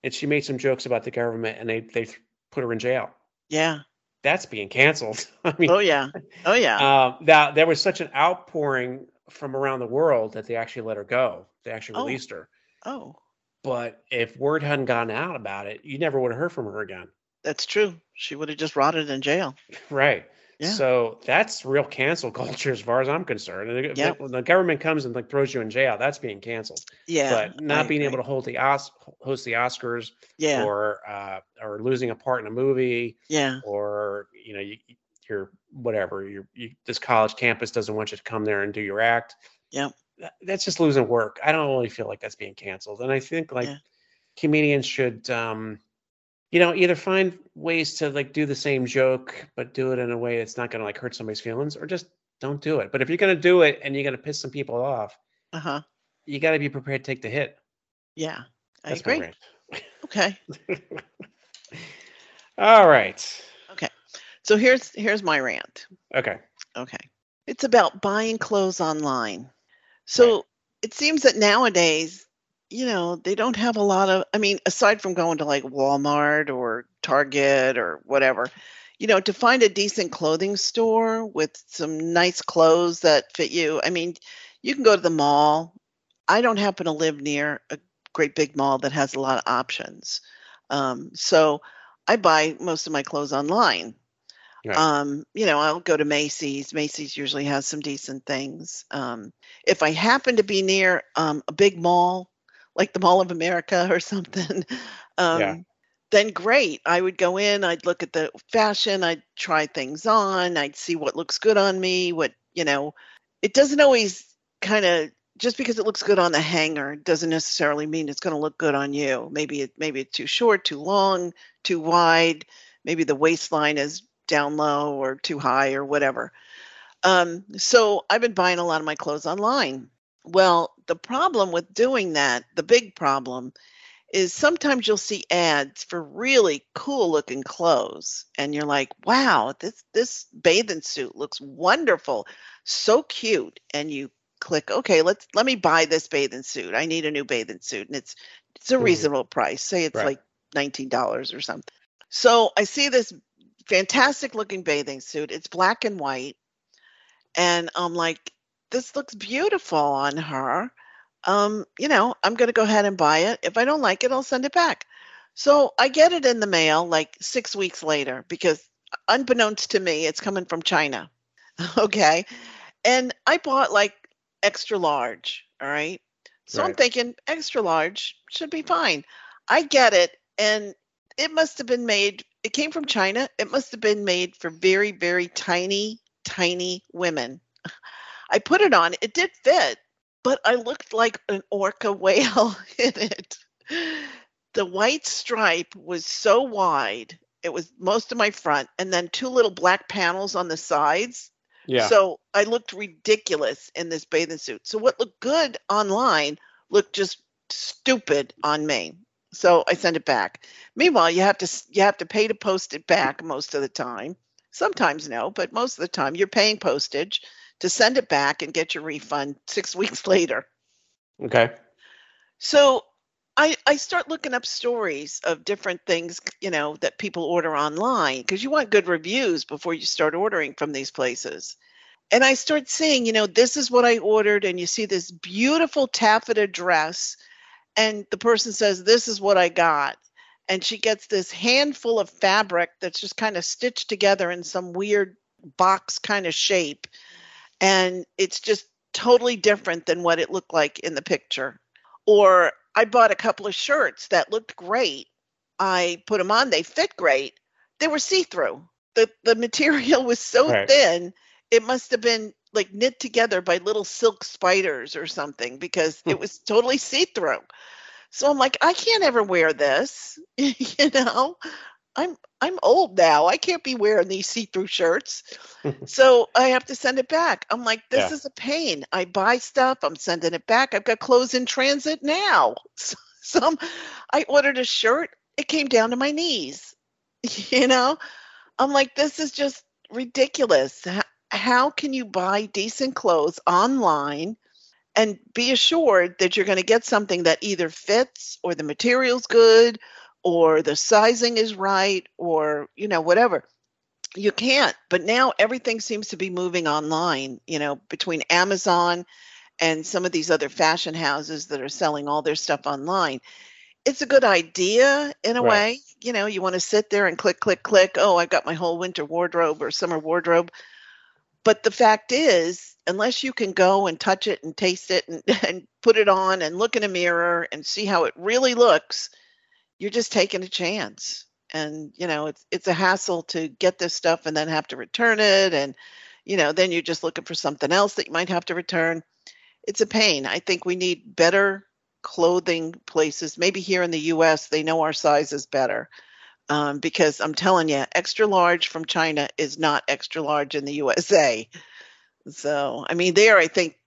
and she made some jokes about the government and they they th- put her in jail Yeah. that's being canceled i mean Oh yeah. Oh yeah. uh, that there was such an outpouring from around the world that they actually let her go they actually Oh. released her oh, but if word hadn't gone out about it you never would have heard from her again that's true. She would have just rotted in jail. right Yeah. so that's real cancel culture as far as i'm concerned And if Yep. the- when the government comes and like throws you in jail that's being canceled Yeah. but not being able to hold the Os- host the oscars Yeah. or uh, or losing a part in a movie yeah. or you know you, you're whatever you're, you this college campus doesn't want you to come there and do your act Yep. That- that's just losing work i don't really feel like that's being canceled and i think like Yeah. comedians should um you know either find ways to like do the same joke but do it in a way that's not going to like hurt somebody's feelings or just don't do it but if you're going to do it and you're going to piss some people off Uh huh. you got to be prepared to take the hit Yeah. I that's my agree. rant. Okay. all right So here's here's my rant. okay Okay. It's about buying clothes online. So it seems that nowadays, you know, they don't have a lot of, I mean, aside from going to like Walmart or Target or whatever, you know, to find a decent clothing store with some nice clothes that fit you. I mean, you can go to the mall. I don't happen to live near a great big mall that has a lot of options. Um, so I buy most of my clothes online. Right. Um, you know, I'll go to Macy's. Macy's usually has some decent things. Um, if I happen to be near um, a big mall, like the Mall of America or something, um, Yeah. then great. I would go in, I'd look at the fashion, I'd try things on, I'd see what looks good on me, what, you know, it doesn't always kind of just because it looks good on the hanger doesn't necessarily mean it's going to look good on you. Maybe it maybe it's too short, too long, too wide. Maybe the waistline is down low or too high or whatever. Um, so I've been buying a lot of my clothes online. Well, the problem with doing that, the big problem, is sometimes you'll see ads for really cool looking clothes, and you're like, "Wow, this this bathing suit looks wonderful, so cute," and you click okay let's let me buy this bathing suit i need a new bathing suit and it's it's a Mhm. reasonable price say it's Right. like $19 or something so i see this fantastic looking bathing suit it's black and white and i'm like this looks beautiful on her um you know i'm going to go ahead and buy it if i don't like it i'll send it back so i get it in the mail like 6 weeks later because unbeknownst to me it's coming from china okay and i bought like extra large. All right. So I'm Right. thinking extra large should be fine. I get it. And it must have been made, it came from China. It must have been made for very, very tiny, tiny women. I put it on. It did fit, but I looked like an orca whale in it. The white stripe was so wide. It was most of my front, and then two little black panels on the sides. yeah So I looked ridiculous in this bathing suit. So what looked good online looked just stupid on me. So I sent it back. Meanwhile, you have to s- you have to pay to post it back most of the time. Sometimes no, but most of the time you're paying postage to send it back and get your refund 6 weeks later. okay So I I start looking up stories of different things, you know, that people order online because you want good reviews before you start ordering from these places. And I start seeing, you know, this is what I ordered and you see this beautiful taffeta dress and the person says this is what I got and she gets this handful of fabric that's just kind of stitched together in some weird box kind of shape and it's just totally different than what it looked like in the picture or I bought a couple of shirts that looked great. I put them on, they fit great. They were see through. The, the material was so Right. thin, it must have been like knit together by little silk spiders or something because it Hmm. was totally see through. So I'm like, I can't ever wear this. you know, I'm I'm old now. I can't be wearing these see-through shirts. so I have to send it back. I'm like, this Yeah. is a pain. I buy stuff, I'm sending it back. I've got clothes in transit now. So, some I ordered a shirt, it came down to my knees. You know? I'm like, this is just ridiculous. H- How can you buy decent clothes online and be assured that you're going to get something that either fits or the material's good or the sizing is right or, you know, whatever? You can't. But now everything seems to be moving online, you know, between Amazon and some of these other fashion houses that are selling all their stuff online it's a good idea in a Right. way. You know, you want to sit there and click, click, click. Oh, I've got my whole winter wardrobe or summer wardrobe. But the fact is, unless you can go and touch it and taste it and, and put it on and look in a mirror and see how it really looks, you're just taking a chance. And you know, it's it's a hassle to get this stuff and then have to return it. And you know, then you're just looking for something else that you might have to return. It's a pain. I think we need better clothing places, maybe here in the US, they know our sizes better. Um, because I'm telling you, extra large from China is not extra large in the USA. So, I mean, there, I think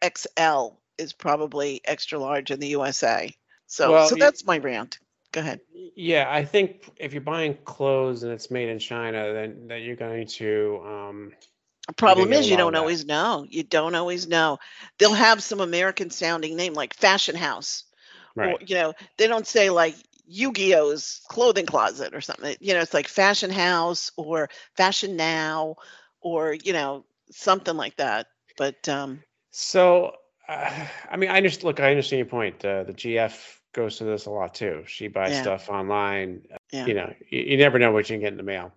5XL is probably extra large in the USA. So, Well, so you- that's my rant. Go ahead. Yeah, I think if you're buying clothes and it's made in China, then that you're going to um, The problem get is a you lot of don't that. always know. You don't always know. They'll have some American sounding name like Fashion House. right. Or, you know, they don't say like Yu-Gi-Oh's clothing closet or something. You know, it's like Fashion House or Fashion Now or, you know, something like that. But um So, uh, I mean, I just look. I understand your point. Uh, the GF goes through this a lot too. She buys Yeah. stuff online. uh, Yeah. You know, you, you never know what you can get in the mail.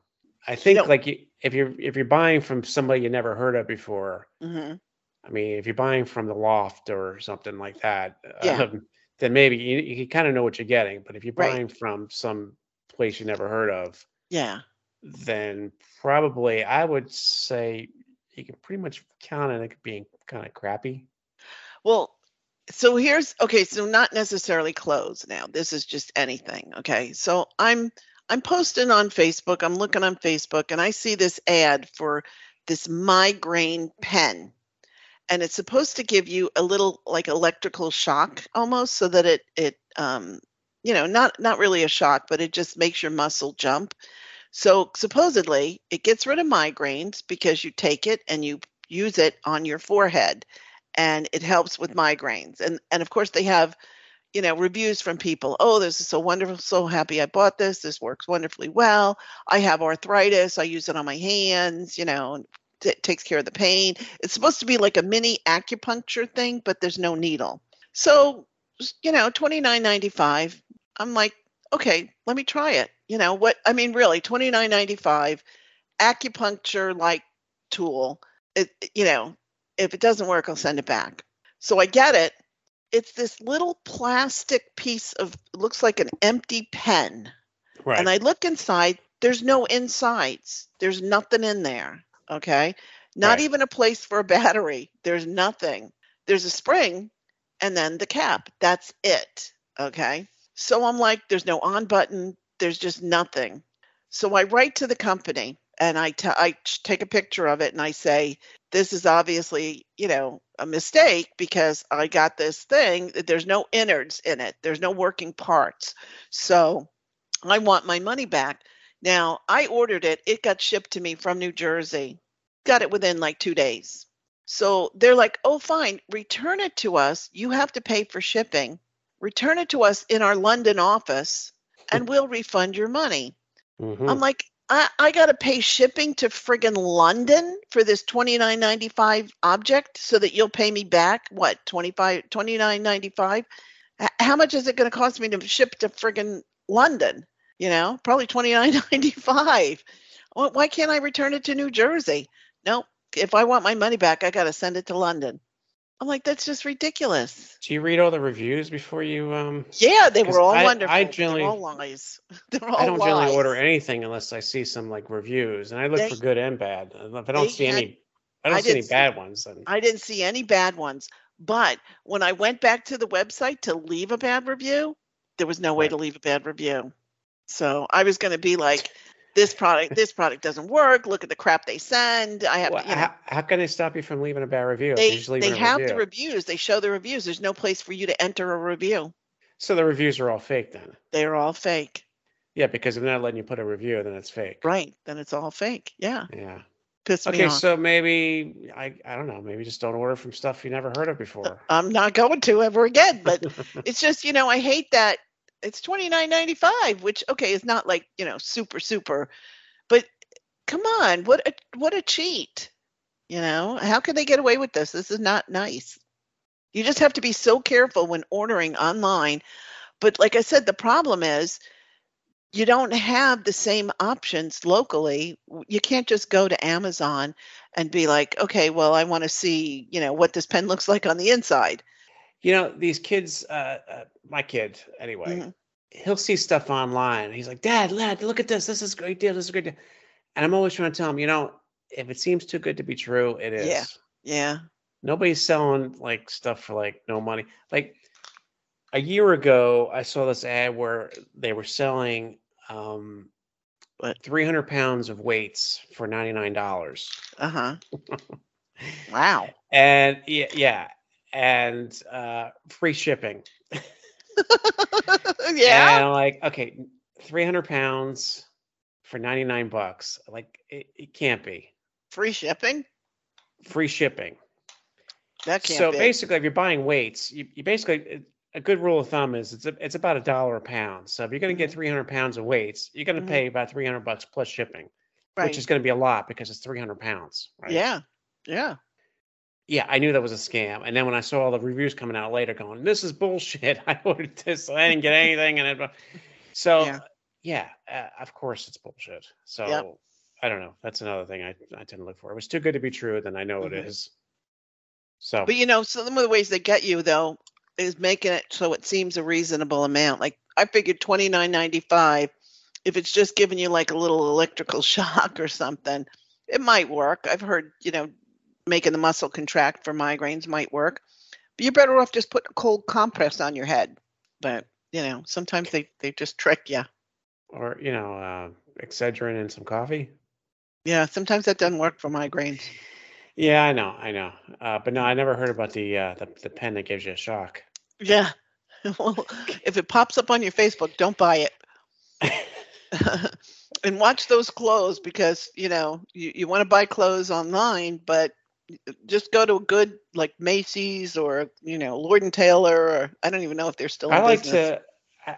I think don't- like you, if you're if you're buying from somebody you never heard of before, mhm. I mean, if you're buying from the loft or something like that, Yeah. um, then maybe you, you kind of know what you're getting. But if you're Right. buying from some place you never heard of, yeah. then probably I would say you can pretty much count on it being kind of crappy. Well, so here's okay, so not necessarily clothes now. This is just anything, okay? So I'm I'm posting on Facebook. I'm looking on Facebook and I see this ad for this migraine pen. And it's supposed to give you a little like electrical shock almost so that it it um you know, not not really a shock, but it just makes your muscle jump. So supposedly, it gets rid of migraines because you take it and you use it on your forehead and it helps with migraines. And and of course they have, you know, reviews from people. Oh, this is so wonderful, so happy I bought this. This works wonderfully well. I have arthritis, I use it on my hands, you know, and it takes care of the pain. It's supposed to be like a mini acupuncture thing, but there's no needle. So, you know, 29.95. I'm like okay, let me try it. You know what? I mean, really, twenty nine ninety five, acupuncture like tool. It, it- you know, if it doesn't work, I'll send it back. So I get it. It's this little plastic piece of looks like an empty pen, Right. and I look inside. There's no insides. There's nothing in there. Okay, not Right. even a place for a battery. There's nothing. There's a spring, and then the cap. That's it. Okay. So I'm like, there's no on button. There's just nothing. So I write to the company and I t- I ch- take a picture of it and I say, this is obviously, you know, a mistake because I got this thing. that There's no innards in it. There's no working parts. So I want my money back. Now I ordered it. It got shipped to me from New Jersey. Got it within like two days. So they're like, oh, fine, return it to us. You have to pay for shipping return it to us in our London office and we'll refund your money. Mhm. I'm like, I, I gotta pay shipping to friggin' London for this twenty nine ninety five object so that you'll pay me back what 25 $29.95? H- How much is it gonna cost me to ship to friggin' London? You know, probably twenty nine ninety five. Why why can't I return it to New Jersey? No, if I want my money back, I gotta send it to London. I'm like, that's just ridiculous. Do you read all the reviews before you? Um, Yeah, they 'Cause were all I- I wonderful. but generally- they're all lies. They're all I don't lies. generally order anything unless I see some like reviews, and I look They- for good and bad. Uh, If I don't they see had- any, I don't I see any didn't see- bad ones. Then I didn't see any bad ones, but when I went back to the website to leave a bad review, there was no way Right. to leave a bad review. So I was going to be like, this product, this product doesn't work. Look at the crap they send. I have, Well, you know, how, how can they stop you from leaving a bad review? if they you just leave they a have the review? reviews. They show the reviews. There's no place for you to enter a review. so the reviews are all fake then. They are all fake. Yeah, because if they're not letting you put a review, then it's fake. Right? Then it's all fake. Yeah, Yeah. pissed me Okay, off. so maybe I I don't know. Maybe just don't order from stuff you never heard of before. I'm not going to ever again. But it's just, you know, I hate that it's twenty nine ninety five, which okay, is not like, you know, super, super, but come on, what a what a cheat. You know, how could they get away with this? This is not nice. You just have to be so careful when ordering online. But like I said, the problem is you don't have the same options locally. W- You can't just go to Amazon and be like, okay, well, I want to see, you know, what this pen looks like on the inside. you know these kids. Uh, uh, my kid anyway. Mhm. he'll see stuff online. He's like, Dad, lad, look at this. This is a great deal. This is a great deal. And I'm always trying to tell him, you know, if it seems too good to be true, it is. Yeah. Yeah. Nobody's selling like stuff for like no money. Like a year ago, I saw this ad where they were selling um, What? 300 pounds of weights for $99. Uh huh. wow. And yeah, yeah and uh, free shipping. yeah. And I'm like, okay, 300 pounds for 99 bucks. Like, it, it can't be Free shipping. free shipping. That can't so be. basically, if you're buying weights, you, you basically a good rule of thumb is it's a, it's about a dollar a pound. So if you're going to get Mhm. 300 pounds of weights, you're going to Mhm. pay about 300 bucks plus shipping, right. which is going to be a lot because it's 300 pounds. Right? Yeah. Yeah. Yeah, I knew that was a scam. And then when I saw all the reviews coming out later going, this is bullshit. I ordered this. I didn't get anything. And it, so, Yeah. yeah, uh, of course it's bullshit. So I don't know. That's another thing I, I tend to look for. It was too good to be true. Then I know it Mhm. is. So, But you know, some of the ways they get you though is making it so it seems a reasonable amount. Like I figured twenty nine ninety five. If it's just giving you like a little electrical shock or something, it might work. I've heard you know making the muscle contract for migraines might work, but you're better off just putting a cold compress on your head. But you know, sometimes they they just trick you. or, you know, uh, Excedrin and some coffee. Yeah, sometimes that doesn't work for migraines. Yeah, I know. I know. Uh, but no, I never heard about the, uh, the, the pen that gives you a shock. Yeah. well, if it pops up on your Facebook, don't buy it. and watch those clothes because you know you, you want to buy clothes online, but just go to a good like Macy's or you know Lord and Taylor or I don't even know if they're still. In I like business. Oh. to. I-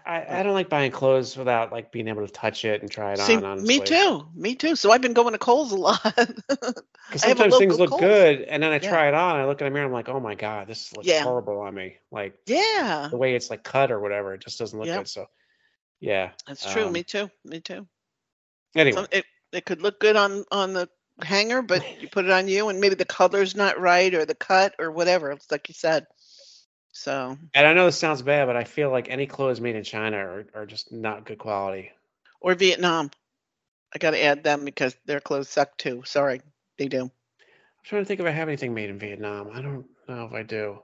I, I don't like buying clothes without like being able to touch it and try it See, on. Honestly. me too. Me too. So I've been going to Kohl's a lot. Because I have a sometimes things local look Kohl's. good, and then I Yeah. try it on. I look in the mirror. I'm like, oh my god, this looks Yeah. Uh-huh. horrible on me. Like yeah, the way it's like cut or whatever, it just doesn't look Yep. good. So, yeah. that's true. Um, me too. Me too. Anyway, Some, it it could look good on on the hanger, but you put it on you, and maybe the color's not right or the cut or whatever. It's like you said. So and I know this sounds bad, but I feel like any clothes made in China are, are just not good quality. or Vietnam, I got to add them because their clothes suck too. Sorry, they do. I'm trying to think if I have anything made in Vietnam. I don't know if I do.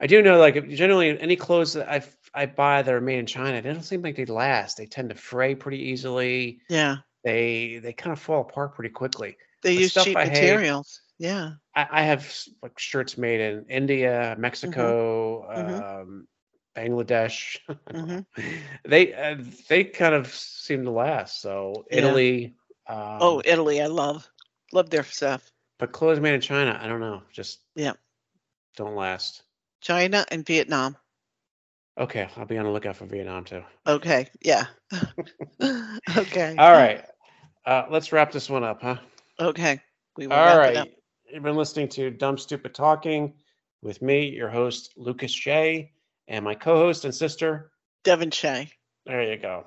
I do know, like if- generally, any clothes that I I buy that are made in China, they don't seem like they last. They tend to fray pretty easily. Yeah, They they kind of fall apart pretty quickly. they The use stuff cheap I hate- materials. Yeah, I, I have s- like shirts made in India, Mexico, Mm-hmm. Um, Bangladesh. I don't know. They uh, they kind of seem to last. So Yeah. Italy. Um, oh, Italy, I love love their stuff. but clothes made in China, I don't know, just Yeah. don't last. China and Vietnam. Okay, I'll be on the lookout for Vietnam too. Mm-hmm. Okay, yeah. okay. All right, uh, let's wrap this one up, huh? Okay. We will All wrap it up. right. You've been listening to Dumb Stupid Talking with me, your host Lucas Shea, and my co-host and sister. Devon Shea. There you go.